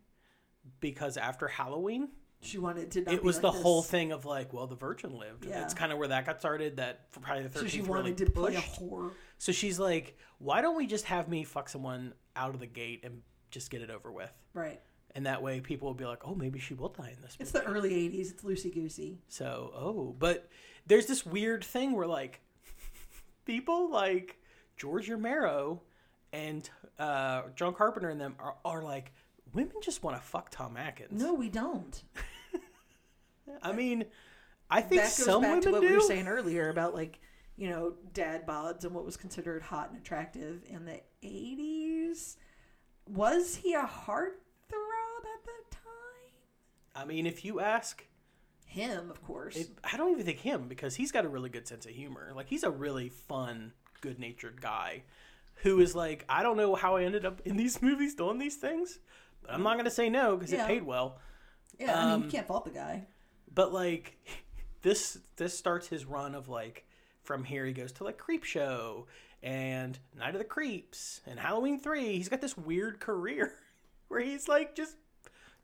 because after Halloween, She wanted to. Not it be was like the this. whole thing of like, well, the Virgin lived. Yeah. It's kind of where that got started. That for Friday the So Thirteenth she really wanted to play a pushed. whore. so she's like, why don't we just have me fuck someone out of the gate and just get it over with? Right. And that way, people will be like, oh, maybe she will die in this. It's Movie. the early '80s. It's loosey goosey. So, oh, but there's this weird thing where like people like George Romero and uh, John Carpenter and them are, are like women just want to fuck Tom Atkins. No, we don't. I mean, I think that goes some back women to what do. we were saying earlier about like you know dad bods and what was considered hot and attractive in the 80s was he a heartthrob at the time I mean, if you ask, him of course it, I don't even think him because he's got a really good sense of humor. Like he's a really fun, good-natured guy who is like, I don't know how I ended up in these movies doing these things, but I'm not gonna say no because Yeah. it paid well. yeah i mean um, you can't fault the guy But like this this starts his run of like from here he goes to like Creep Show and Night of the Creeps and Halloween 3. He's got this weird career where he's like just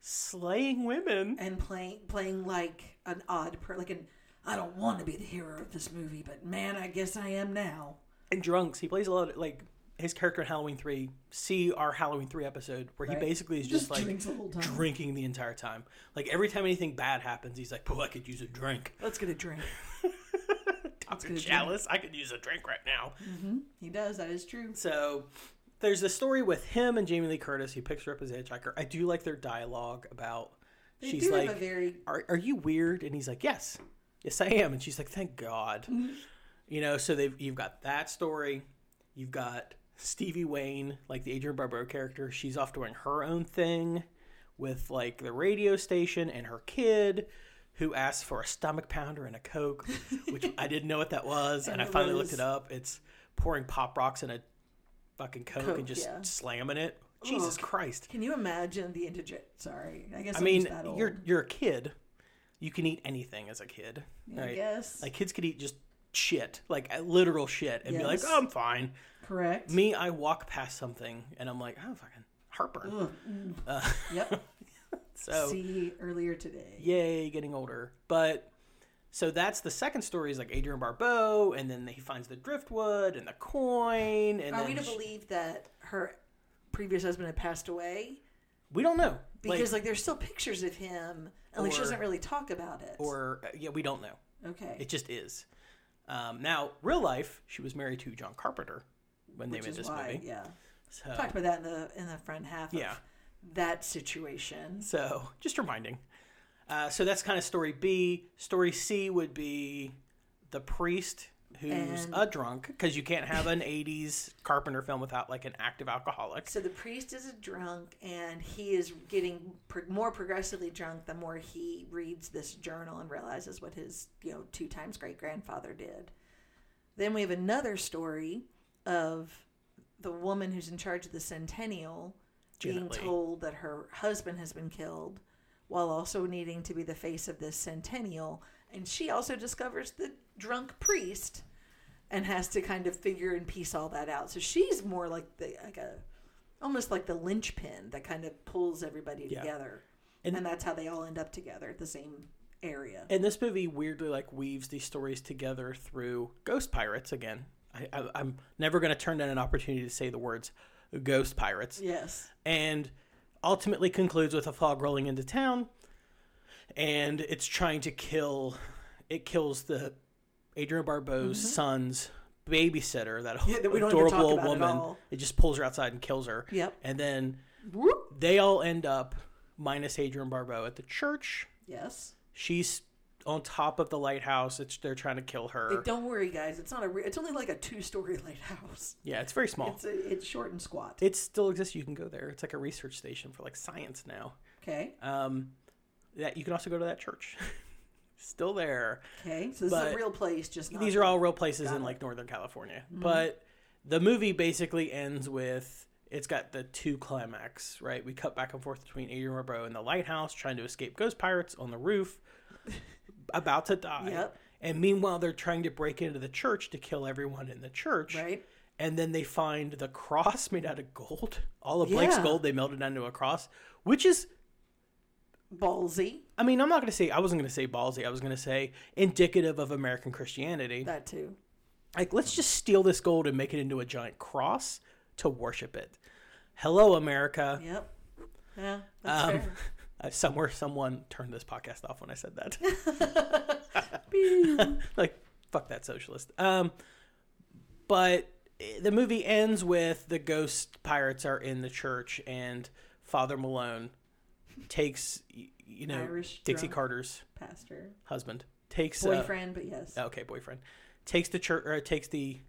slaying women. and playing playing like an odd per like an i don't want to be the hero of this movie but man i guess i am now and drunks. He plays a lot of like his character in Halloween three. See our Halloween three episode where he basically is just, Just like drinks the whole time. drinking the entire time. Like every time anything bad happens, he's like, "Oh, I could use a drink. let's get a drink I'm get a drink. jealous. I could use a drink right now." he does that is true So there's this story with him and Jamie Lee Curtis. He picks her up as a hitchhiker. I do like their dialogue about. They she's do have like, a very- are, "Are you weird?" And he's like, "Yes, yes, I am." And she's like, "Thank God." you know, so they've you've got that story. You've got Stevie Wayne, like the Adrian Barbeau character. She's off doing her own thing with like the radio station and her kid. Who asks for a stomach pounder and a Coke, which I didn't know what that was, and, I it finally looked was- it up. It's pouring pop rocks in a fucking coke, Coke, and just yeah. slamming it. Jesus Christ! can you imagine the indigent sorry i guess I I'm mean, just that old. you're you're a kid. You can eat anything as a kid, I right? guess. Like kids could eat just shit, like uh, literal shit, and be like, Yes. "Oh, I'm fine." correct Me, I walk past something and I'm like, "Oh, fucking heartburn." yep So see earlier today. yay, getting older. But so that's the second story is like Adrian Barbeau, and then he finds the driftwood and the coin, and Are then we to she- believe that her previous husband had passed away? we don't know Because like, there's still pictures of him, and like she Or- doesn't really talk about it. or uh, yeah, we don't know. okay, It just is. Um, now, real life, she was married to John Carpenter when which they made is this why, movie. yeah. So, Talked about that in the in the front half. Yeah. of that situation. so just reminding. Uh, so that's kind of story B. Story C would be the priest who's And- a drunk because you can't have an '80s Carpenter film without like an active alcoholic. So the priest is a drunk, and he is getting pro- more progressively drunk the more he reads this journal and realizes what his you know two times great grandfather did. Then we have another story of the woman who's in charge of the centennial being Janet Leigh. told that her husband has been killed, while also needing to be the face of this centennial, and she also discovers the drunk priest and has to kind of figure and piece all that out. So she's more like the like a almost like the linchpin that kind of pulls everybody Yeah. together. And- And, that's how they all end up together at the same area. And this movie weirdly like weaves these stories together through ghost pirates again. I, I, I'm never going to turn down an opportunity to say the words ghost pirates. yes. and ultimately concludes with a fog rolling into town and it's trying to kill it kills the Adrian Barbeau's son's babysitter that Mm-hmm. Yeah, that we don't even adorable talk about at woman all. it just pulls her outside and kills her Yep. and then Whoop. they all end up minus Adrian Barbeau at the church Yes. she's on top of the lighthouse it's they're trying to kill her But don't worry, guys. It's not a. Re- it's only like a two-story lighthouse. yeah it's very small It's a, it's short and squat. it still exists you can go there it's like a research station for like science now Okay. Um, that you can also go to that church. Still there. Okay. So this is but a real place. Just not These are all real places in like Northern California. Mm-hmm. But the movie basically ends with it's got the two climax, right? We cut back and forth between Adrian Barbeau and the lighthouse trying to escape ghost pirates on the roof, about to die. Yep. And meanwhile, they're trying to break into the church to kill everyone in the church. right. And then they find the cross made out of gold. All of Blake's Yeah. gold, they melted down into a cross, which is Ballsy. I mean, I'm not gonna say I wasn't gonna say ballsy. I was gonna say indicative of American Christianity. That too. Like, let's just steal this gold and make it into a giant cross to worship it. Hello, America. Yep. Yeah. That's Um, fair. Uh, somewhere, someone turned this podcast off when I said that. like, fuck that socialist. Um, but eh, the movie ends with the ghost pirates are in the church, and Father Malone takes, y- you know, Irish Dixie drunk. Carter's Pastor. husband takes uh, Boyfriend, but yes. okay boyfriend takes the church or takes the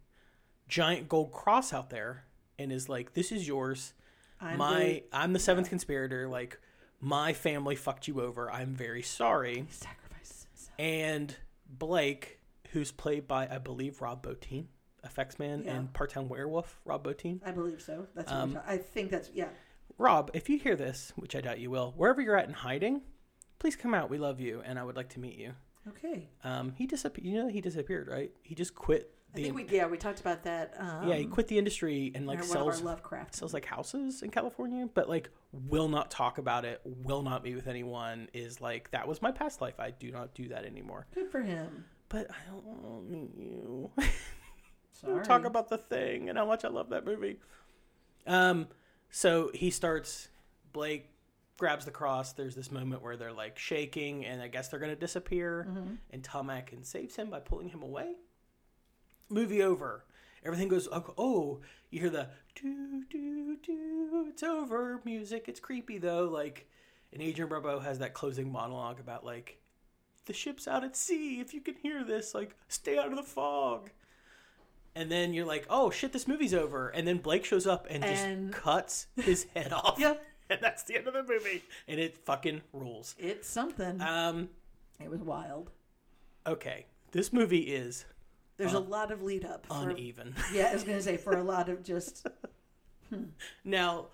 giant gold cross out there and is like this is yours I'm my the- i'm the seventh conspirator like my family fucked you over i'm very sorry sacrifices himself. and blake who's played by i believe rob bottin effects man Yeah. and part-time werewolf rob bottin I believe so. That's what Um, we're ta- I think that's yeah. rob if you hear this which i doubt you will wherever you're at in hiding please come out we love you and i would like to meet you Okay. um he disappeared you know he disappeared right he just quit I the think we yeah we talked about that. Um, yeah, he quit the industry and in like one sells of our Lovecraft. sells like houses in California, but like will not talk about it, will not meet with anyone. Is like that was my past life. I do not do that anymore. Good for him. But I don't want to meet you. Sorry. talk about the thing and how much I love that movie. Um, so he starts. Blake grabs the cross. There's this moment where they're like shaking, and I guess they're gonna disappear. Mm-hmm. And Tom Atkins saves him by pulling him away. Movie over. Everything goes. oh, Oh, you hear the do do do. It's over. Music. It's creepy though. Like, and Adrian Barbeau has that closing monologue about like. The ship's out at sea. If you can hear this, like, stay out of the fog and then you're like, "Oh shit, this movie's over." And then Blake shows up and just And- cuts his head off. Yep. And that's the end of the movie, and it fucking rules. It's something. Um, it was wild. okay, this movie is There's a lot of lead up. For, Uh, uneven. Yeah, I was gonna say for a lot of just now,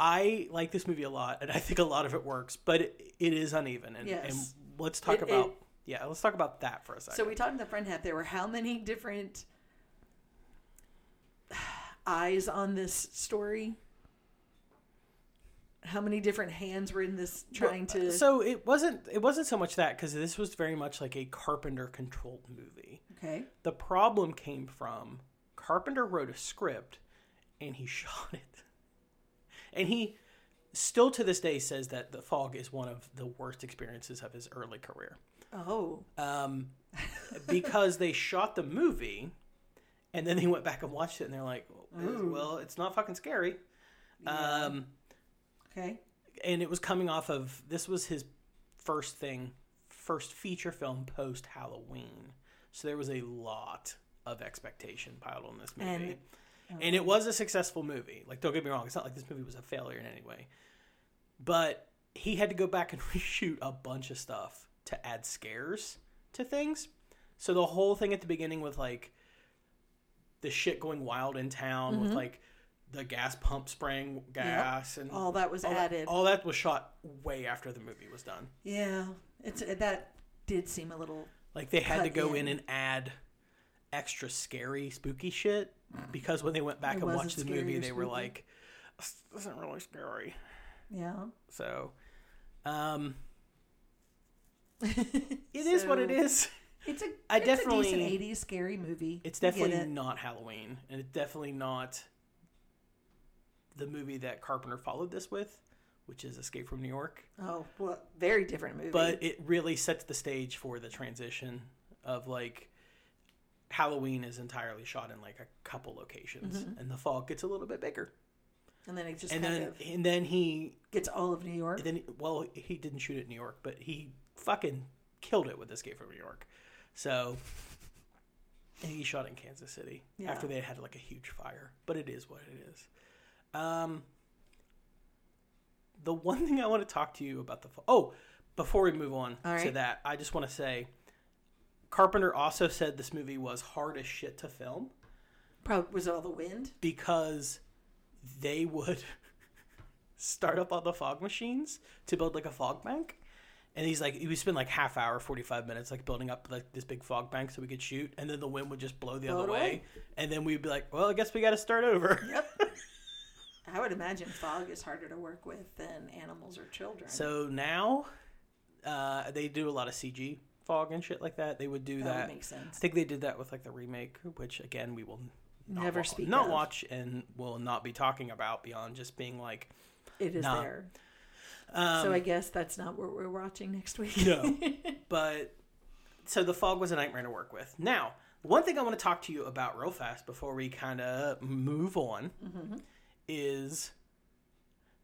I like this movie a lot, and I think a lot of it works, but it, it is uneven. And, Yes. and let's talk It- about it- yeah, let's talk about that for a second. So we talked in the friend hat. There were how many different eyes on this story? How many different hands were in this trying to? so it wasn't it wasn't so much that because this was very much like a Carpenter controlled movie. okay, The problem came from Carpenter wrote a script and he shot it. And he still to this day says that The Fog is one of the worst experiences of his early career. oh, Um, because they shot the movie and then they went back and watched it and they're like, well, it's not fucking scary. Um, okay, and it was coming off of this was his first thing, first feature film post Halloween. So there was a lot of expectation piled on this movie. And, And- it was a successful movie. Like don't get me wrong, it's not like this movie was a failure in any way. But he had to go back and reshoot a bunch of stuff to add scares to things. So the whole thing at the beginning with like the shit going wild in town with like the gas pump spraying gas and All that was all added. all that was shot way after the movie was done. yeah. It's uh, that did seem a little Like they had to Cut go in. in. and add extra scary, spooky shit because when they went back It and wasn't watched the scary movie, or they were spooky. like, "This isn't really scary." Yeah. So, um, it is what it So- is. It's a I it's a decent definitely- 80s scary movie. It's We get definitely it. not Halloween, and it's definitely not the movie that Carpenter followed this with, which is Escape from New York. Oh, well, very different movie. But it really sets the stage for the transition of like Halloween is entirely shot in like a couple locations, and the fog gets a little bit bigger. and then it just and Mm-hmm. kind then of and then he gets all of New York. and then well he didn't shoot it in New York, but he fucking killed it with Escape from New York. So and he shot in Kansas City after Yeah. they had like a huge fire. But it is what it is. Um, the one thing I want to talk to you about the fo- oh before we move on All to right. that, I just want to say. Carpenter also said this movie was hard as shit to film Probably was it all the wind. because they would start up all the fog machines to build like a fog bank. And he's like, he would spend like half hour, forty five minutes, like building up like this big fog bank so we could shoot, and then the wind would just blow the Blow it other away. way, and then we'd be like, well, I guess we got to start over. Yep. I would imagine fog is harder to work with than animals or children. So now, uh, they do a lot of CG fog and shit like that. They would do that, that. would make sense. I think they did that with like the remake, which again we will not Never wa- speak not of. watch, and will not be talking about beyond just being like, It is nah. there. um, so I guess that's not what we're watching next week. No. but so the fog was a nightmare to work with. Now, one thing I want to talk to you about real fast before we kind of move on is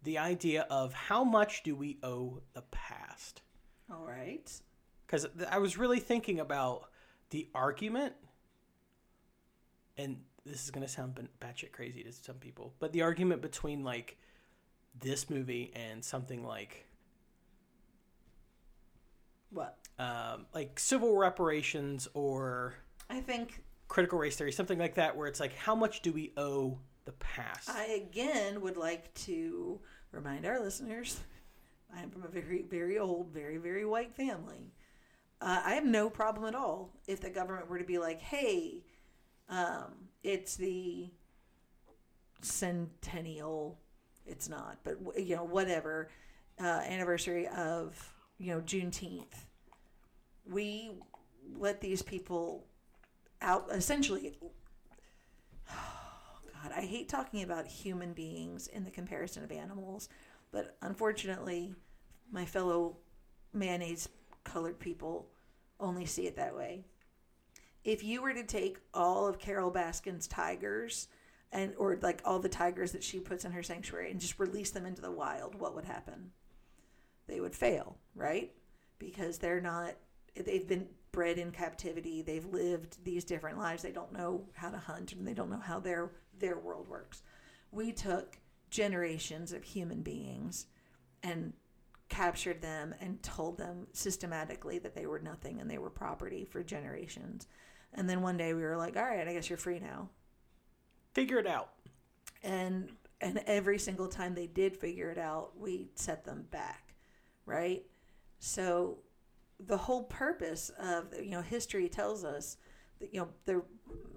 the idea of how much do we owe the past? all right. Because I was really thinking about the argument, and this is going to sound ban- batshit crazy to some people, but the argument between like this movie and something like What? um, like civil reparations or I think critical race theory, something like that, where it's like, how much do we owe the past? I again would like to remind our listeners I am from a very, very old, very, very white family. Uh, I have no problem at all if the government were to be like, hey, um, it's the centennial, it's not, but wh- you know, whatever, uh, anniversary of, you know, Juneteenth. We let these people out, essentially God, I hate talking about human beings in the comparison of animals, but unfortunately, my fellow mayonnaise colored people only see it that way. If you were to take all of Carol Baskin's tigers and or like all the tigers that she puts in her sanctuary and just release them into the wild, what would happen? They would fail, right? Because they're not they've been bred in captivity. They've lived these different lives. They don't know how to hunt and they don't know how their their world works. We took generations of human beings and captured them and told them systematically that they were nothing and they were property for generations. And then one day we were like, "All right, I guess you're free now." Figure it out. and and every single time they did figure it out we set them back right so the whole purpose of you know history tells us that you know the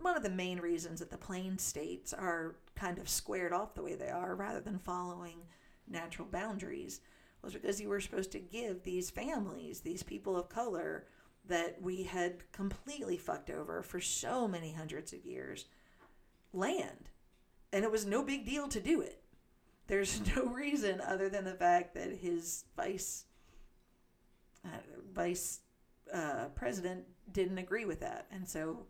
one of the main reasons that the plain states are kind of squared off the way they are rather than following natural boundaries was because you were supposed to give these families these people of color that we had completely fucked over for so many hundreds of years land and it was no big deal to do it. There's no reason other than the fact that his vice uh, vice uh, president didn't agree with that, and so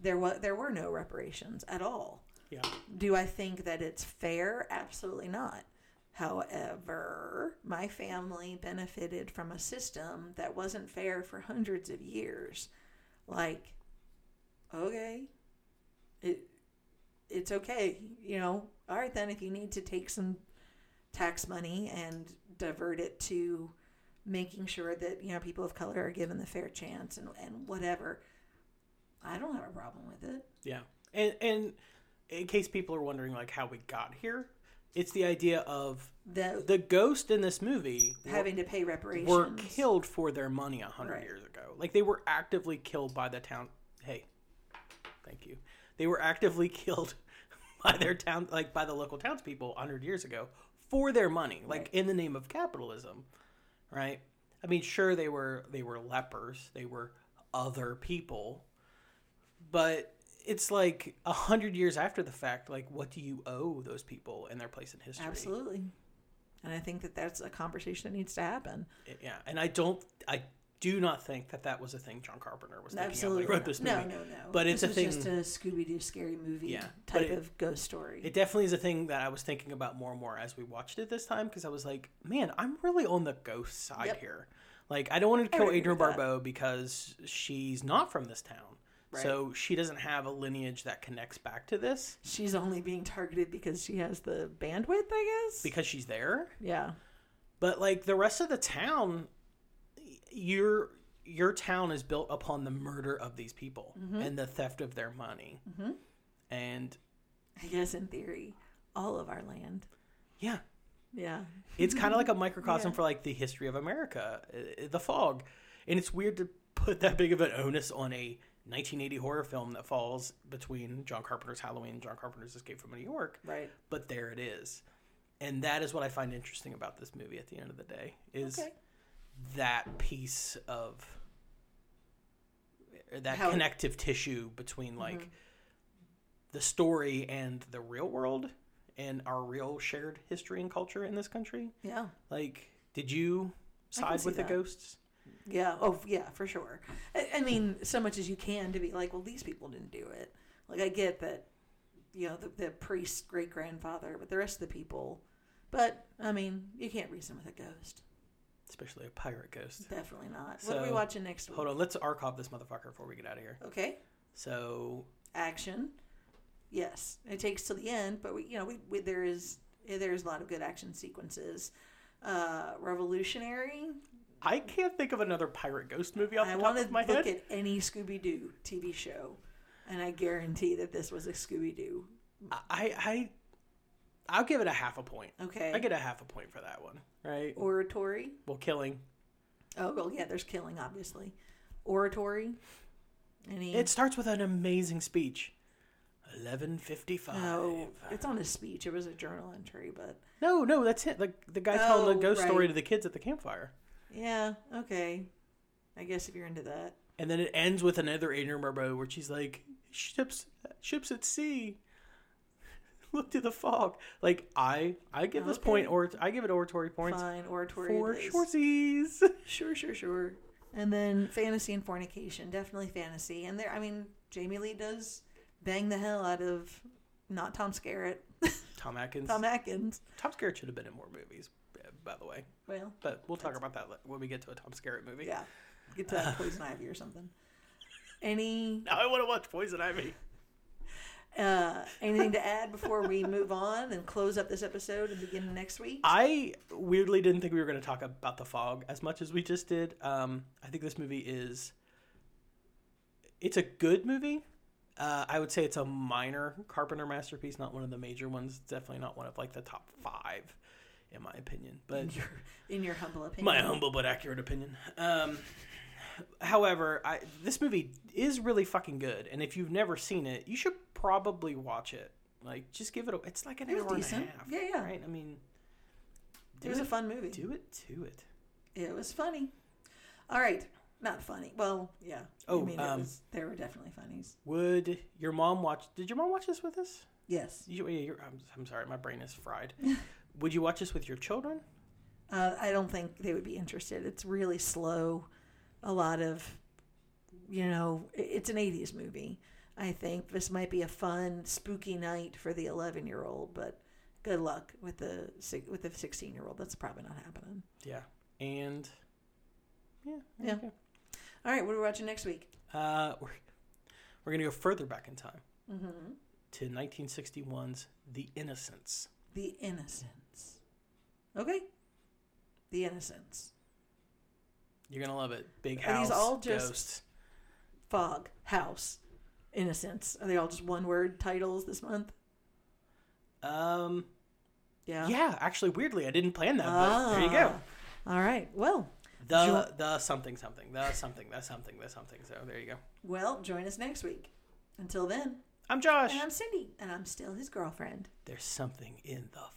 there was there were no reparations at all. Yeah. Do I think that it's fair? Absolutely not. However, my family benefited from a system that wasn't fair for hundreds of years. Like, okay, it, it's okay, you know. All right, then, if you need to take some tax money and divert it to making sure that you know people of color are given the fair chance and, and whatever, I don't have a problem with it. Yeah. And, and in case people are wondering, like, how we got here, it's the idea of The, the ghost in this movie were- having to pay reparations were killed for their money a 100 Right. years ago. Like, they were actively killed by the town. Hey, Thank you. They were actively killed by their town, like by the local townspeople, hundred years ago, for their money, like in the name of capitalism, right? I mean, sure they were they were lepers, they were other people, but it's like a hundred years after the fact. Like, what do you owe those people and their place in history? Absolutely. And I think that that's a conversation that needs to happen. Yeah, and I don't, I do not think that that was a thing John Carpenter was thinking Absolutely. of when he wrote not. this movie. no, no, no. But it's This a thing. was just a Scooby Doo scary movie Yeah, but type it- of ghost story. It definitely is a thing that I was thinking about more and more as we watched it this time because I was like, man, I'm really on the ghost side Yep. here. Like, I don't want to kill agree Adrian with that. Barbeau because she's not from this town. So she doesn't have a lineage that connects back to this She's only being targeted because she has the bandwidth, I guess. because she's there. yeah. But like the rest of the town, y- your your town is built upon the murder of these people and the theft of their money. And I guess in theory, all of our land. yeah, Yeah. It's kind of like a microcosm for like the history of America, uh, uh, the fog, and it's weird to put that big of an onus on a 1980 horror film that falls between John Carpenter's Halloween and John Carpenter's Escape from New York. Right. But there it is, and that is what I find interesting about this movie. At the end of the day, is Okay. that piece of uh, that How it- Mm-hmm. connective tissue between like the story and the real world and our real shared history and culture in this country. Yeah. Like, did you side see with that. the ghosts? Yeah. Oh, yeah, for sure. I, I mean, so much as you can to be like, well, these people didn't do it. Like, I get that, you know, the, the priest's great grandfather, but the rest of the people. But, I mean, you can't reason with a ghost. Especially a pirate ghost. Definitely not. what are we So, watching next week? Hold on, let's archive this motherfucker before we get out of here. Okay. So, Action. Yes. It takes till the end, but we, you know, we, we there is there is a lot of good action sequences. Uh, revolutionary. I can't think of another pirate ghost movie off the I top want to of my look head. at any Scooby Doo TV show, and I guarantee that this was a Scooby Doo. I, I, I'll give it a half a point. Okay. I get a half a point for that one, right? Oratory. Well, killing. Oh, well, yeah, there's killing, obviously. Oratory. Any. It starts with an amazing speech. 1155. No, it's on a speech. It was a journal entry, but No, no, that's it. Like the guy telling Oh, the ghost right. story to the kids at the campfire. yeah, okay. I guess if you're into that. And then it ends with another Adrian Barbeau where she's like, "Ships, ships at sea. Look to the fog." Like I, I give this point Okay. or I give it oratory points Fine, oratory. for it is. shorties. Sure, sure, sure. And then fantasy and fornication, definitely fantasy. And there, I mean, Jamie Lee does bang the hell out of not Tom Skerritt, Tom Atkins. Tom Atkins. Tom Skerritt should have been in more movies, by the way. Well, But we'll talk about that when we get to a Tom Skerritt movie. yeah, get to that poison ivy or something. Any Now I want to watch Poison Ivy. uh, anything to add before we move on and close up this episode and begin next week? I weirdly didn't think we were going to talk about the fog as much as we just did. Um, I think this movie is. It's a good movie. Uh, I would say it's a minor Carpenter masterpiece, not one of the major ones. Definitely not one of like the top five, in my opinion. But In your humble opinion, my humble but accurate opinion. Um, however, I, this movie is really fucking good, and if you've never seen it, you should probably watch it. Like, just give it. A, it's like an It was hour decent. and a half. Yeah, yeah. Right. I mean, it was a fun movie. do it to it. It was funny. All right, not funny. Well, yeah. I Oh, mean, it um, was, there were definitely funnies. Would your mom watch? Did your mom watch this with us? Yes. You, yeah, you're, I'm, I'm sorry, my brain is fried. Would you watch this with your children? Uh, I don't think they would be interested. It's really slow. A lot of, you know, i- it's an 80s movie. I think this might be a fun, spooky night for the 11 year old, but good luck with the si- with the 16 year old. That's probably not happening. Yeah. And yeah, there Yeah. you All right, what are we watching next week? go. Uh, we're we're gonna go further back in time Mm-hmm. to 1961's The Innocents. The Innocents. Okay. The Innocents. You're gonna love it. Big Are house, these all just- ghosts. Fog, House, Innocents. Are they all just one word titles this month? Um, Yeah. Ah. yeah. Actually, weirdly, I didn't plan that. But there you go. All right. Well, The the something something the something the something the something. So there you go. well, join us next week. Until then, I'm Josh. and I'm Cindy, and I'm still his girlfriend. There's something in the